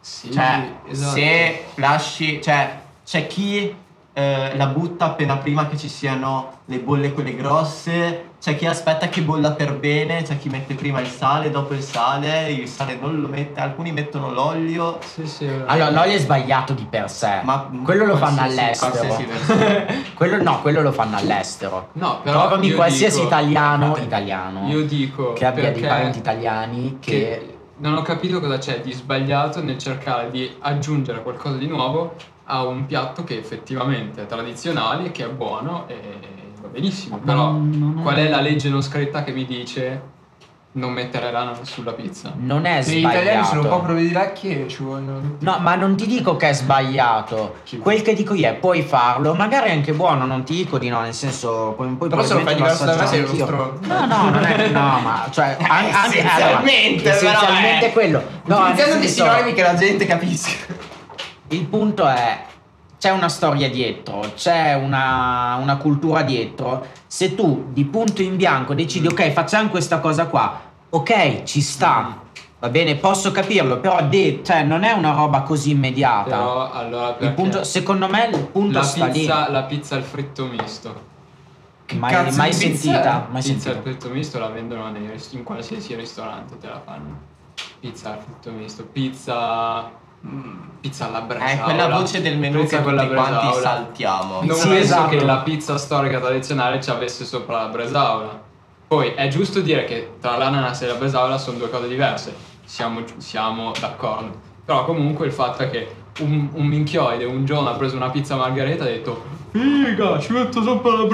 [SPEAKER 1] Sì,
[SPEAKER 4] Cioè,
[SPEAKER 1] esatto.
[SPEAKER 4] se lasci, cioè, c'è chi eh, la butta appena prima che ci siano le bolle quelle grosse, c'è chi aspetta che bolla per bene, c'è chi mette prima il sale, dopo il sale, il sale non lo mette, alcuni mettono l'olio.
[SPEAKER 1] Sì, sì, è vero.
[SPEAKER 3] Allora, l'olio è sbagliato di per sé.
[SPEAKER 4] Ma
[SPEAKER 3] quello lo fanno
[SPEAKER 4] qualsiasi-
[SPEAKER 3] all'estero.
[SPEAKER 4] qualsiasi versione.
[SPEAKER 3] (laughs) Quello no, quello lo fanno all'estero.
[SPEAKER 1] No, però
[SPEAKER 3] Trovami
[SPEAKER 1] io
[SPEAKER 3] qualsiasi
[SPEAKER 1] dico-
[SPEAKER 3] italiano, italiano
[SPEAKER 1] Io dico
[SPEAKER 3] che abbia dei
[SPEAKER 1] perché-
[SPEAKER 3] parenti italiani che...
[SPEAKER 1] che non ho capito cosa c'è di sbagliato nel cercare di aggiungere qualcosa di nuovo a un piatto che effettivamente è tradizionale, che è buono e va benissimo.
[SPEAKER 3] Ma
[SPEAKER 1] Però
[SPEAKER 3] non è-
[SPEAKER 1] qual è la legge non scritta che mi dice non mettere l'ananas sulla pizza?
[SPEAKER 3] non è
[SPEAKER 2] Gli
[SPEAKER 3] sbagliato.
[SPEAKER 2] italiani sono un po' providacchi e ci vogliono.
[SPEAKER 3] No, ma non ti dico che è sbagliato. Quel che dico io è puoi farlo, magari è anche buono, non ti dico di no, nel senso poi, poi
[SPEAKER 2] Però se lo fai diverso
[SPEAKER 3] probabilmente
[SPEAKER 2] da me sei
[SPEAKER 3] assaggerò
[SPEAKER 2] uno
[SPEAKER 3] anch'io.
[SPEAKER 2] stronzo.
[SPEAKER 3] No, no, non è no, ma
[SPEAKER 2] (laughs)
[SPEAKER 3] cioè an- an-
[SPEAKER 2] Essenzialmente,
[SPEAKER 3] allora,
[SPEAKER 2] però,
[SPEAKER 3] essenzialmente
[SPEAKER 2] eh.
[SPEAKER 3] quello. No, nel
[SPEAKER 2] Utilizzando dei
[SPEAKER 3] senso,
[SPEAKER 2] sinonimi che la gente capisca.
[SPEAKER 3] il punto è c'è una storia dietro, c'è una, una cultura dietro. Se tu di punto in bianco decidi ok, facciamo questa cosa qua. Ok, ci sta. Va bene, posso capirlo, però de- cioè, non è una roba così immediata.
[SPEAKER 1] Però allora
[SPEAKER 3] Il
[SPEAKER 1] perché
[SPEAKER 3] punto, secondo me il punto
[SPEAKER 1] la,
[SPEAKER 3] sta
[SPEAKER 1] pizza, la pizza al fritto misto.
[SPEAKER 3] lì. Mai,
[SPEAKER 2] cazzo
[SPEAKER 3] mai
[SPEAKER 2] di pizza
[SPEAKER 3] sentita, mai
[SPEAKER 1] pizza al
[SPEAKER 3] sentita.
[SPEAKER 1] fritto misto la vendono nei rist- in qualsiasi ristorante, te la fanno. Pizza al fritto misto, pizza mm, pizza alla
[SPEAKER 4] È
[SPEAKER 1] bresaola.
[SPEAKER 4] Eh, quella voce del menù
[SPEAKER 1] Pizza
[SPEAKER 4] che
[SPEAKER 1] con la
[SPEAKER 4] tutti quanti
[SPEAKER 1] bresaola.
[SPEAKER 4] saltiamo.
[SPEAKER 1] Non
[SPEAKER 3] Sì,
[SPEAKER 1] penso
[SPEAKER 3] esatto.
[SPEAKER 1] che la pizza storica tradizionale ci avesse sopra la bresaola. Poi è giusto dire che tra l'ananas e la bresaola sono due cose diverse, siamo, siamo d'accordo. Però comunque il fatto è che un, un minchioide un giorno ha preso una pizza margherita e ha detto Figa, ci metto sopra la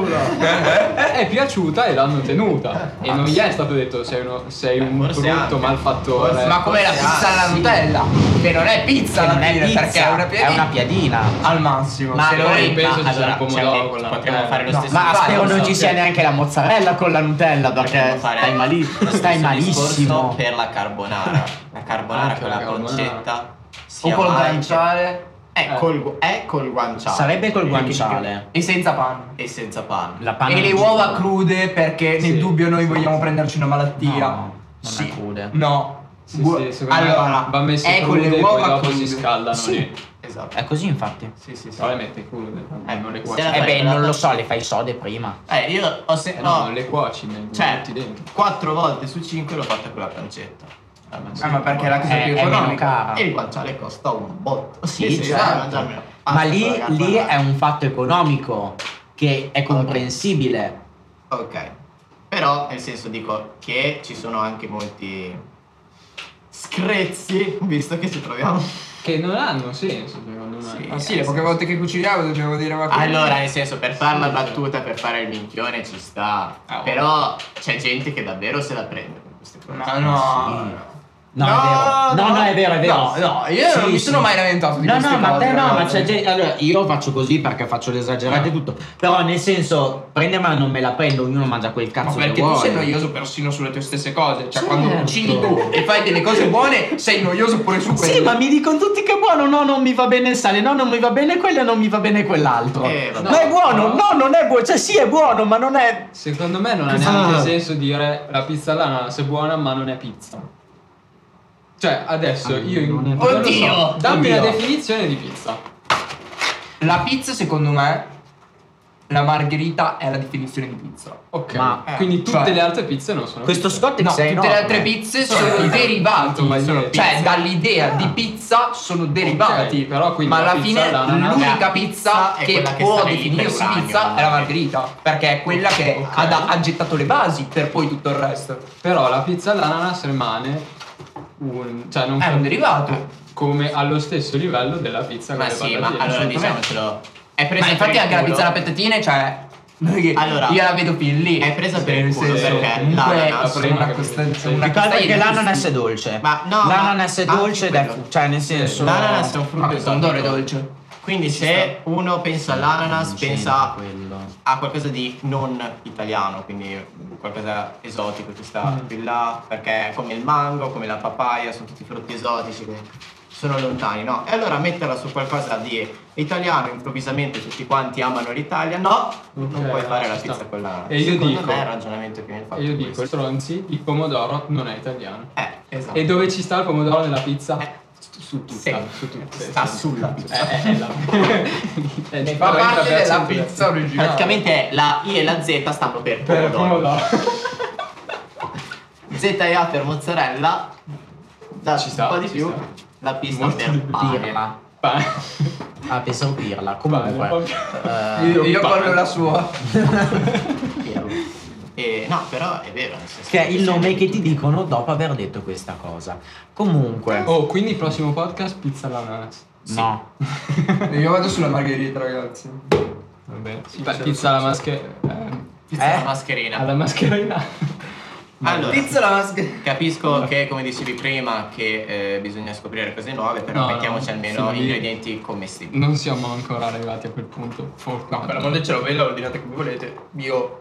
[SPEAKER 1] bresaola! Eh, è piaciuta e l'hanno tenuta. E non gli è stato detto sei, uno- sei un
[SPEAKER 4] forse
[SPEAKER 1] brutto
[SPEAKER 4] anche.
[SPEAKER 1] malfattore.
[SPEAKER 2] Ma come la pizza alla Nutella, che non è pizza
[SPEAKER 3] Che
[SPEAKER 2] alla
[SPEAKER 3] non è
[SPEAKER 2] fine,
[SPEAKER 3] pizza,
[SPEAKER 2] perché è una piadina.
[SPEAKER 3] piadina.
[SPEAKER 2] Al massimo.
[SPEAKER 3] Ma
[SPEAKER 2] se lo
[SPEAKER 1] poi
[SPEAKER 2] è-
[SPEAKER 1] penso ci sia il
[SPEAKER 4] allora,
[SPEAKER 1] pomodoro
[SPEAKER 4] cioè,
[SPEAKER 1] con la
[SPEAKER 4] potremmo
[SPEAKER 1] Nutella.
[SPEAKER 4] fare lo
[SPEAKER 2] No,
[SPEAKER 4] stesso
[SPEAKER 3] Ma
[SPEAKER 4] discorso.
[SPEAKER 3] spero non ci sia neanche la mozzarella con la Nutella perché
[SPEAKER 4] Potremmo fare
[SPEAKER 3] stai, mali-
[SPEAKER 4] lo
[SPEAKER 3] stai
[SPEAKER 4] stesso discorso
[SPEAKER 3] malissimo.
[SPEAKER 4] per la carbonara. La carbonara
[SPEAKER 1] Anche
[SPEAKER 4] con
[SPEAKER 1] la
[SPEAKER 4] la
[SPEAKER 1] carbonara.
[SPEAKER 4] concetta si
[SPEAKER 2] o col
[SPEAKER 4] avanza.
[SPEAKER 2] guanciale Eh,
[SPEAKER 4] È col, è col guanciale.
[SPEAKER 3] Sarebbe col
[SPEAKER 4] Perché-
[SPEAKER 3] guanciale.
[SPEAKER 2] e senza panna.
[SPEAKER 4] E senza pane.
[SPEAKER 3] La panna
[SPEAKER 2] e le
[SPEAKER 3] non
[SPEAKER 2] uova
[SPEAKER 3] gira.
[SPEAKER 2] crude perché nel
[SPEAKER 1] Sì.
[SPEAKER 2] dubbio noi vogliamo prenderci una
[SPEAKER 3] No,
[SPEAKER 2] malattia.
[SPEAKER 3] non
[SPEAKER 2] Sì.
[SPEAKER 3] è crude.
[SPEAKER 2] No.
[SPEAKER 1] Sì,
[SPEAKER 2] Gu-
[SPEAKER 1] sì, secondo
[SPEAKER 2] allora,
[SPEAKER 1] me va messo
[SPEAKER 2] è con
[SPEAKER 1] crude
[SPEAKER 2] le
[SPEAKER 1] e
[SPEAKER 2] uova
[SPEAKER 1] poi dopo si
[SPEAKER 2] crude.
[SPEAKER 1] scaldano
[SPEAKER 2] Sì.
[SPEAKER 1] lì.
[SPEAKER 4] Esatto.
[SPEAKER 3] È così infatti.
[SPEAKER 4] Sì, sì, sì.
[SPEAKER 1] Però le mette crude,
[SPEAKER 4] Eh,
[SPEAKER 1] non le
[SPEAKER 4] se
[SPEAKER 1] cuoci.
[SPEAKER 4] la
[SPEAKER 3] Eh
[SPEAKER 4] fai
[SPEAKER 3] beh,
[SPEAKER 4] con la
[SPEAKER 3] non lo
[SPEAKER 4] pan-
[SPEAKER 3] so, le fai sode prima.
[SPEAKER 4] Eh, io ho se...
[SPEAKER 1] Eh no,
[SPEAKER 4] no,
[SPEAKER 1] non le cuoci, ne
[SPEAKER 4] cioè,
[SPEAKER 1] tutti dentro.
[SPEAKER 4] quattro volte su cinque l'ho fatta con la pancetta.
[SPEAKER 2] Eh, ma perché è la cosa
[SPEAKER 3] È-
[SPEAKER 2] più
[SPEAKER 3] è meno
[SPEAKER 2] economica.
[SPEAKER 3] cara.
[SPEAKER 4] E il guanciale costa un botto.
[SPEAKER 3] Sì,
[SPEAKER 4] Sì, sì,
[SPEAKER 3] certo.
[SPEAKER 4] dai, mangiamelo.
[SPEAKER 3] Ma
[SPEAKER 2] Ah,
[SPEAKER 4] Basta,
[SPEAKER 3] lì,
[SPEAKER 4] ragazzi,
[SPEAKER 3] lì
[SPEAKER 4] basta.
[SPEAKER 3] è un fatto economico che è comprensibile.
[SPEAKER 4] Ok, però nel senso dico che ci sono anche molti screzzi, (laughs) visto che ci troviamo.
[SPEAKER 1] Che non hanno senso, secondo me.
[SPEAKER 4] Sì.
[SPEAKER 2] Ah sì, le poche volte che cuciniamo dobbiamo dire ma come-
[SPEAKER 4] Allora, nel senso, per fare la battuta, per fare il minchione ci sta.
[SPEAKER 2] Ah, oh.
[SPEAKER 4] Però c'è gente che davvero se la prende con queste cose.
[SPEAKER 2] Ma no.
[SPEAKER 3] No, è vero. No, no, è vero, è vero.
[SPEAKER 2] No, no, io non mi sono mai lamentato di
[SPEAKER 3] no,
[SPEAKER 2] queste
[SPEAKER 3] no, ma
[SPEAKER 2] cose,
[SPEAKER 3] te no,
[SPEAKER 2] ragazzi.
[SPEAKER 3] ma c'è gente. Allora, io faccio così perché faccio l'esagerato e tutto. Però, nel senso, prende ma non me la prendo, ognuno mangia quel
[SPEAKER 2] Ma
[SPEAKER 3] cazzo che
[SPEAKER 2] perché tu
[SPEAKER 3] vuole.
[SPEAKER 2] sei noioso persino sulle tue stesse cose. Cioè,
[SPEAKER 3] Certo.
[SPEAKER 2] quando cucini tu e fai delle cose buone, sei noioso pure su quelle.
[SPEAKER 3] Sì, ma mi dicono tutti che è buono, no, non mi va bene il sale, no, non mi va bene quello, non mi va bene quell'altro.
[SPEAKER 4] Eh, vabbè.
[SPEAKER 3] ma è buono, no, non è buono, cioè sì è buono, ma non è...
[SPEAKER 1] Secondo me non ha
[SPEAKER 3] Cosa-
[SPEAKER 1] neanche senso dire la pizza all'ananas è buona ma non è pizza. Cioè, adesso
[SPEAKER 7] Ah,
[SPEAKER 1] io in...
[SPEAKER 7] non è-
[SPEAKER 1] non lo so.
[SPEAKER 4] Oddio!
[SPEAKER 1] dammi
[SPEAKER 3] Oddio.
[SPEAKER 1] la definizione di pizza.
[SPEAKER 2] La pizza, secondo me, la margherita è la definizione di pizza.
[SPEAKER 1] Ok.
[SPEAKER 3] Ma-
[SPEAKER 1] Eh, Quindi tutte
[SPEAKER 2] cioè-
[SPEAKER 1] le altre pizze non sono
[SPEAKER 3] Questo
[SPEAKER 1] pizze.
[SPEAKER 3] Scott è
[SPEAKER 2] No, tutte
[SPEAKER 3] sei
[SPEAKER 2] le
[SPEAKER 3] enorme.
[SPEAKER 2] altre pizze sono,
[SPEAKER 1] Sono
[SPEAKER 2] i derivati.
[SPEAKER 1] pizza, ma
[SPEAKER 2] sono-
[SPEAKER 1] sono
[SPEAKER 2] cioè,
[SPEAKER 1] pizza.
[SPEAKER 2] dall'idea di pizza sono derivati.
[SPEAKER 1] Ok, però quindi
[SPEAKER 2] ma
[SPEAKER 1] la
[SPEAKER 2] alla
[SPEAKER 1] pizza
[SPEAKER 2] fine
[SPEAKER 1] all'ananas-
[SPEAKER 2] l'unica pizza
[SPEAKER 4] La pizza è
[SPEAKER 2] che
[SPEAKER 4] quella che
[SPEAKER 2] può
[SPEAKER 4] sta lì
[SPEAKER 2] definirsi
[SPEAKER 4] per un
[SPEAKER 2] pizza
[SPEAKER 4] anno,
[SPEAKER 2] è la
[SPEAKER 4] ok.
[SPEAKER 2] margherita. Perché è quella che
[SPEAKER 1] Ok.
[SPEAKER 2] ha, da- ha gettato le basi per poi tutto il resto.
[SPEAKER 1] Però la pizza all'ananas rimane un... Cioè non
[SPEAKER 2] È un derivato.
[SPEAKER 1] come allo stesso livello della pizza
[SPEAKER 4] Ma
[SPEAKER 1] con
[SPEAKER 4] sì,
[SPEAKER 1] le
[SPEAKER 4] ma
[SPEAKER 1] patatine.
[SPEAKER 4] allora
[SPEAKER 1] Assolutamente.
[SPEAKER 4] diciamocelo. È presa
[SPEAKER 2] Ma infatti
[SPEAKER 4] per il
[SPEAKER 2] anche la
[SPEAKER 4] culo.
[SPEAKER 2] pizza alla patatina, cioè.
[SPEAKER 4] Allora,
[SPEAKER 2] io la vedo fin lì.
[SPEAKER 4] è presa per
[SPEAKER 2] Nel
[SPEAKER 4] il culo
[SPEAKER 2] senso,
[SPEAKER 4] perché
[SPEAKER 2] comunque
[SPEAKER 4] l'ananas-
[SPEAKER 2] sono una costanza. una
[SPEAKER 3] Ricorda
[SPEAKER 2] costanza
[SPEAKER 3] che
[SPEAKER 2] di
[SPEAKER 3] l'ananas
[SPEAKER 2] tutti.
[SPEAKER 3] è dolce.
[SPEAKER 4] Ma no,
[SPEAKER 3] l'ananas
[SPEAKER 4] ma-
[SPEAKER 3] è dolce ed
[SPEAKER 4] anche
[SPEAKER 3] è
[SPEAKER 4] quello.
[SPEAKER 3] fu- cioè nel senso
[SPEAKER 4] L'ananas è un frutto
[SPEAKER 2] Ma questo odore è
[SPEAKER 4] esotico.
[SPEAKER 2] dolce.
[SPEAKER 4] Quindi
[SPEAKER 2] Ci
[SPEAKER 4] se uno pensa all'ananas,
[SPEAKER 3] Non c'entra
[SPEAKER 4] pensa
[SPEAKER 3] quello.
[SPEAKER 4] a qualcosa di non italiano, quindi qualcosa esotico che sta
[SPEAKER 1] Mm.
[SPEAKER 4] più là, perché come il mango, come la papaya, sono tutti frutti esotici che sono lontani, no? E allora metterla su qualcosa di italiano, improvvisamente tutti quanti amano l'Italia, no, non
[SPEAKER 1] Ok,
[SPEAKER 4] puoi fare
[SPEAKER 1] ci
[SPEAKER 4] la
[SPEAKER 1] sta.
[SPEAKER 4] pizza con l'ananas.
[SPEAKER 1] E io
[SPEAKER 4] Secondo
[SPEAKER 1] dico-
[SPEAKER 4] me il ragionamento che viene fatto
[SPEAKER 1] E Cioè, io
[SPEAKER 4] è
[SPEAKER 1] dico,
[SPEAKER 4] questo.
[SPEAKER 1] stronzi, il pomodoro non è italiano.
[SPEAKER 4] Eh, esatto.
[SPEAKER 1] E dove ci sta il pomodoro nella pizza?
[SPEAKER 4] Eh, su, su tutta,
[SPEAKER 1] Sì,
[SPEAKER 4] su tutta.
[SPEAKER 1] sì,
[SPEAKER 4] Sta
[SPEAKER 1] sì.
[SPEAKER 4] sulla
[SPEAKER 1] (laughs)
[SPEAKER 4] pizza.
[SPEAKER 1] Eh, eh, la... Eh,
[SPEAKER 4] Cioè,
[SPEAKER 2] Fa parte della
[SPEAKER 1] 40%
[SPEAKER 2] pizza originale.
[SPEAKER 4] Praticamente la I e la Z stanno per,
[SPEAKER 1] Per
[SPEAKER 4] pomodoro.
[SPEAKER 1] pomodoro.
[SPEAKER 4] Z e A per mozzarella. Da
[SPEAKER 1] Ci sta,
[SPEAKER 4] un po' di
[SPEAKER 1] ci
[SPEAKER 4] più.
[SPEAKER 1] sta.
[SPEAKER 4] La pista
[SPEAKER 1] Molto
[SPEAKER 4] per pane.
[SPEAKER 3] Pirla.
[SPEAKER 1] Pa-
[SPEAKER 3] Ah, pensavo pirla.
[SPEAKER 1] Vale,
[SPEAKER 3] Comunque.
[SPEAKER 1] poi-
[SPEAKER 3] eh,
[SPEAKER 2] Io, io parlo la sua.
[SPEAKER 3] pirla.
[SPEAKER 4] E, no, però è vero. nel senso
[SPEAKER 3] Che è il nome che ti dicono dopo aver detto questa cosa. Comunque.
[SPEAKER 1] Oh, quindi il prossimo podcast pizza all'ananas.
[SPEAKER 3] No.
[SPEAKER 2] Io vado sulla margherita, ragazzi.
[SPEAKER 1] Va bene. Pa- pizza alla mascherina.
[SPEAKER 4] Pizza alla
[SPEAKER 3] Eh?
[SPEAKER 4] mascherina.
[SPEAKER 1] alla mascherina.
[SPEAKER 4] Allora,
[SPEAKER 2] Pizza la mascherina.
[SPEAKER 4] capisco che, come dicevi prima, che eh, bisogna scoprire cose nuove, però
[SPEAKER 1] No, no,
[SPEAKER 4] mettiamoci almeno
[SPEAKER 1] sì.
[SPEAKER 4] ingredienti commestibili.
[SPEAKER 1] Non siamo ancora arrivati a quel punto.
[SPEAKER 2] No, per
[SPEAKER 1] Fortunatamente.
[SPEAKER 2] amor del cielo, ve la ordinate come volete. Io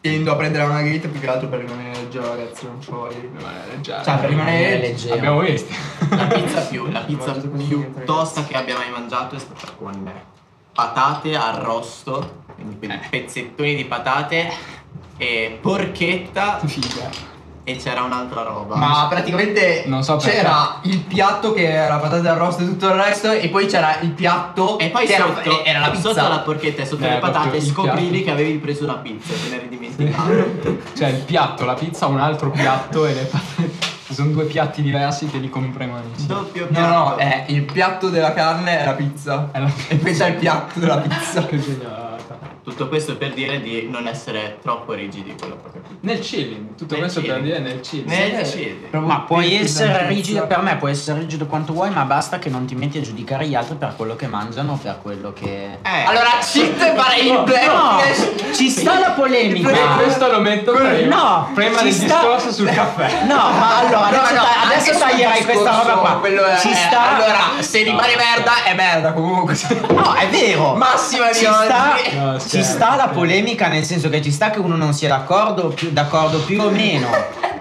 [SPEAKER 2] tendo a prendere la margherita più che altro per rimanere leggero, ragazzi. Non ci voglio
[SPEAKER 4] Eh,
[SPEAKER 1] Rimanere già-
[SPEAKER 2] Cioè, per rimanere
[SPEAKER 3] Rimanere
[SPEAKER 2] leggero.
[SPEAKER 3] leggero.
[SPEAKER 1] Abbiamo visto.
[SPEAKER 4] La pizza più,
[SPEAKER 1] (laughs)
[SPEAKER 4] la pizza
[SPEAKER 2] Mangiate così,
[SPEAKER 4] più
[SPEAKER 2] ragazzi.
[SPEAKER 4] tosta che abbia mai mangiato è stata con patate arrosto, quindi quei
[SPEAKER 1] Eh.
[SPEAKER 4] pezzettoni di patate e porchetta
[SPEAKER 1] (laughs) Figa.
[SPEAKER 4] e c'era un'altra roba.
[SPEAKER 2] Ma praticamente
[SPEAKER 1] Non so perché.
[SPEAKER 2] c'era il piatto che era patate arrosto e tutto il resto, e poi c'era il piatto
[SPEAKER 4] e poi
[SPEAKER 2] che era, eh,
[SPEAKER 4] sotto,
[SPEAKER 2] era la pizza.
[SPEAKER 4] sotto la porchetta e sotto
[SPEAKER 1] Eh,
[SPEAKER 4] le patate
[SPEAKER 1] proprio il
[SPEAKER 4] scoprivi
[SPEAKER 1] piatto.
[SPEAKER 4] che avevi preso una pizza, te ne
[SPEAKER 1] (laughs)
[SPEAKER 4] eri dimenticato.
[SPEAKER 1] Cioè, il piatto, la pizza, un altro piatto e le patate. Sono due piatti diversi che li compriamo insieme.
[SPEAKER 4] Doppio
[SPEAKER 2] No,
[SPEAKER 4] piatto.
[SPEAKER 2] no, eh. è il piatto della carne è la pizza.
[SPEAKER 1] È la
[SPEAKER 2] E poi c'è il piatto della
[SPEAKER 3] (laughs)
[SPEAKER 2] pizza.
[SPEAKER 1] che genialata.
[SPEAKER 4] Tutto questo per dire di non essere troppo rigidi con la propria pizza.
[SPEAKER 1] Nel chilling, tutto
[SPEAKER 4] Nel
[SPEAKER 1] questo per
[SPEAKER 4] chilling.
[SPEAKER 1] dire nel chilling. Eh,
[SPEAKER 4] Nel cibo.
[SPEAKER 3] Ma puoi
[SPEAKER 2] Pizza,
[SPEAKER 3] essere
[SPEAKER 2] pizza.
[SPEAKER 3] rigido, per me puoi essere rigido quanto vuoi, ma basta che non ti metti a giudicare gli altri per quello che mangiano, per quello che...
[SPEAKER 4] Eh,
[SPEAKER 2] Allora, cheat fare il black
[SPEAKER 3] No, ci sta la polemica.
[SPEAKER 2] Ah.
[SPEAKER 1] E questo lo metto
[SPEAKER 3] Quello-
[SPEAKER 1] prima,
[SPEAKER 3] no,
[SPEAKER 1] prima
[SPEAKER 3] ci
[SPEAKER 1] del
[SPEAKER 3] sta-
[SPEAKER 1] discorso sul caffè.
[SPEAKER 3] No, ma allora,
[SPEAKER 2] No,
[SPEAKER 3] adesso,
[SPEAKER 2] no,
[SPEAKER 3] ta-
[SPEAKER 2] anche
[SPEAKER 3] adesso
[SPEAKER 2] sul
[SPEAKER 3] taglierai
[SPEAKER 2] discorso,
[SPEAKER 3] questa roba qua.
[SPEAKER 2] quello è-
[SPEAKER 3] ci
[SPEAKER 2] eh,
[SPEAKER 3] sta...
[SPEAKER 2] allora, se rimane merda, è merda comunque.
[SPEAKER 3] No, è vero.
[SPEAKER 2] Massima di
[SPEAKER 3] ci
[SPEAKER 2] oggi.
[SPEAKER 3] sta,
[SPEAKER 1] No, certo,
[SPEAKER 3] ci
[SPEAKER 1] scherzo.
[SPEAKER 3] sta la polemica, nel senso che ci sta che uno non sia d'accordo, più, d'accordo più o meno.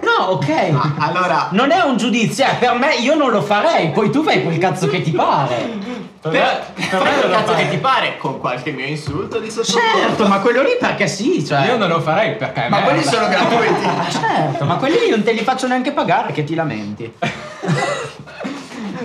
[SPEAKER 3] No, ok.
[SPEAKER 4] allora,
[SPEAKER 3] Non è un giudizio, eh, per me io non lo farei, poi tu fai quel cazzo che ti pare.
[SPEAKER 1] (laughs) Per
[SPEAKER 4] Per,
[SPEAKER 1] me- per me
[SPEAKER 4] fai
[SPEAKER 1] non
[SPEAKER 4] quel
[SPEAKER 1] lo
[SPEAKER 4] cazzo
[SPEAKER 1] farei.
[SPEAKER 4] che ti pare con qualche mio insulto di sottofondo.
[SPEAKER 3] Certo, ma quello lì perché sì, cioè.
[SPEAKER 1] Io non lo farei perché è
[SPEAKER 2] Ma quelli
[SPEAKER 1] merda.
[SPEAKER 2] sono gratuiti.
[SPEAKER 3] Certo, ma quelli lì non te li faccio neanche pagare che ti lamenti.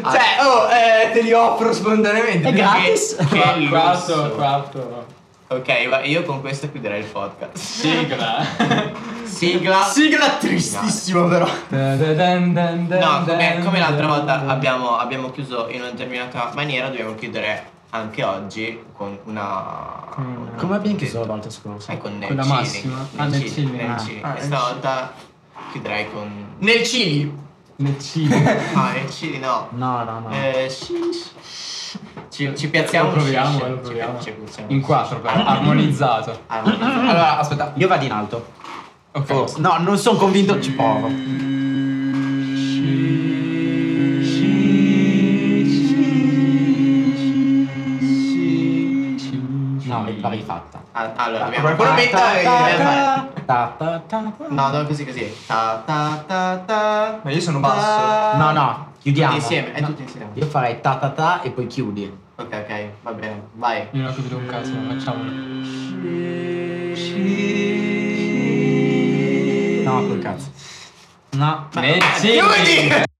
[SPEAKER 4] Ah.
[SPEAKER 2] Cioè, oh, eh, te li offro spontaneamente.
[SPEAKER 3] È
[SPEAKER 2] perché-
[SPEAKER 3] gratis.
[SPEAKER 1] Qua-
[SPEAKER 4] Che
[SPEAKER 1] quarto,
[SPEAKER 4] lusso.
[SPEAKER 1] quarto.
[SPEAKER 4] Ok, va- io con questo chiuderei il podcast.
[SPEAKER 1] Sigla.
[SPEAKER 4] Sigla. (laughs) Sigla.
[SPEAKER 2] Sigla tristissima però.
[SPEAKER 4] No,
[SPEAKER 1] No,
[SPEAKER 4] come, come l'altra volta abbiamo, abbiamo chiuso in una determinata maniera, dobbiamo chiudere anche oggi con una.
[SPEAKER 1] Con-
[SPEAKER 4] con-
[SPEAKER 3] Come abbiamo chiuso la volta scorsa?
[SPEAKER 4] eh, con nel
[SPEAKER 1] con la
[SPEAKER 4] chili,
[SPEAKER 1] massima?
[SPEAKER 4] nel
[SPEAKER 1] Ah, nel
[SPEAKER 4] chili,
[SPEAKER 1] chili,
[SPEAKER 4] nel
[SPEAKER 1] ah.
[SPEAKER 4] chili.
[SPEAKER 2] Ah, nel
[SPEAKER 4] Questa
[SPEAKER 2] chili.
[SPEAKER 4] volta chiuderei con.
[SPEAKER 2] Nel Cili.
[SPEAKER 1] Nel cibo.
[SPEAKER 4] (laughs) Ah, nel chili no.
[SPEAKER 3] No, no, no.
[SPEAKER 4] Eh, shish. ci, ci piazziamo.
[SPEAKER 1] Lo proviamo,
[SPEAKER 4] shish.
[SPEAKER 1] lo proviamo.
[SPEAKER 4] Ci, ci piazziamo.
[SPEAKER 1] In quattro però, armonizzato.
[SPEAKER 4] Ah, no.
[SPEAKER 2] Allora, aspetta.
[SPEAKER 3] Io vado in alto.
[SPEAKER 1] Ok.
[SPEAKER 3] Forse. No, non sono convinto, ci provo. No, va rifatta.
[SPEAKER 4] Ah, allora, dobbiamo
[SPEAKER 2] Qualcuno
[SPEAKER 4] fare-
[SPEAKER 2] metta e-
[SPEAKER 4] dobbiamo fare-
[SPEAKER 3] Ta, ta, ta, ta.
[SPEAKER 4] No, no, così così. Ta ta ta ta.
[SPEAKER 2] Ma io sono basso.
[SPEAKER 3] No, no, chiudiamo.
[SPEAKER 4] Tutti insieme, è
[SPEAKER 3] No.
[SPEAKER 4] tutti insieme.
[SPEAKER 3] Io farei ta ta ta e poi chiudi.
[SPEAKER 4] Ok, ok, va bene, vai.
[SPEAKER 1] Io non ho capito un cazzo, ma facciamolo.
[SPEAKER 3] No, col cazzo. No.
[SPEAKER 1] Nel cibo!
[SPEAKER 2] Chiudi!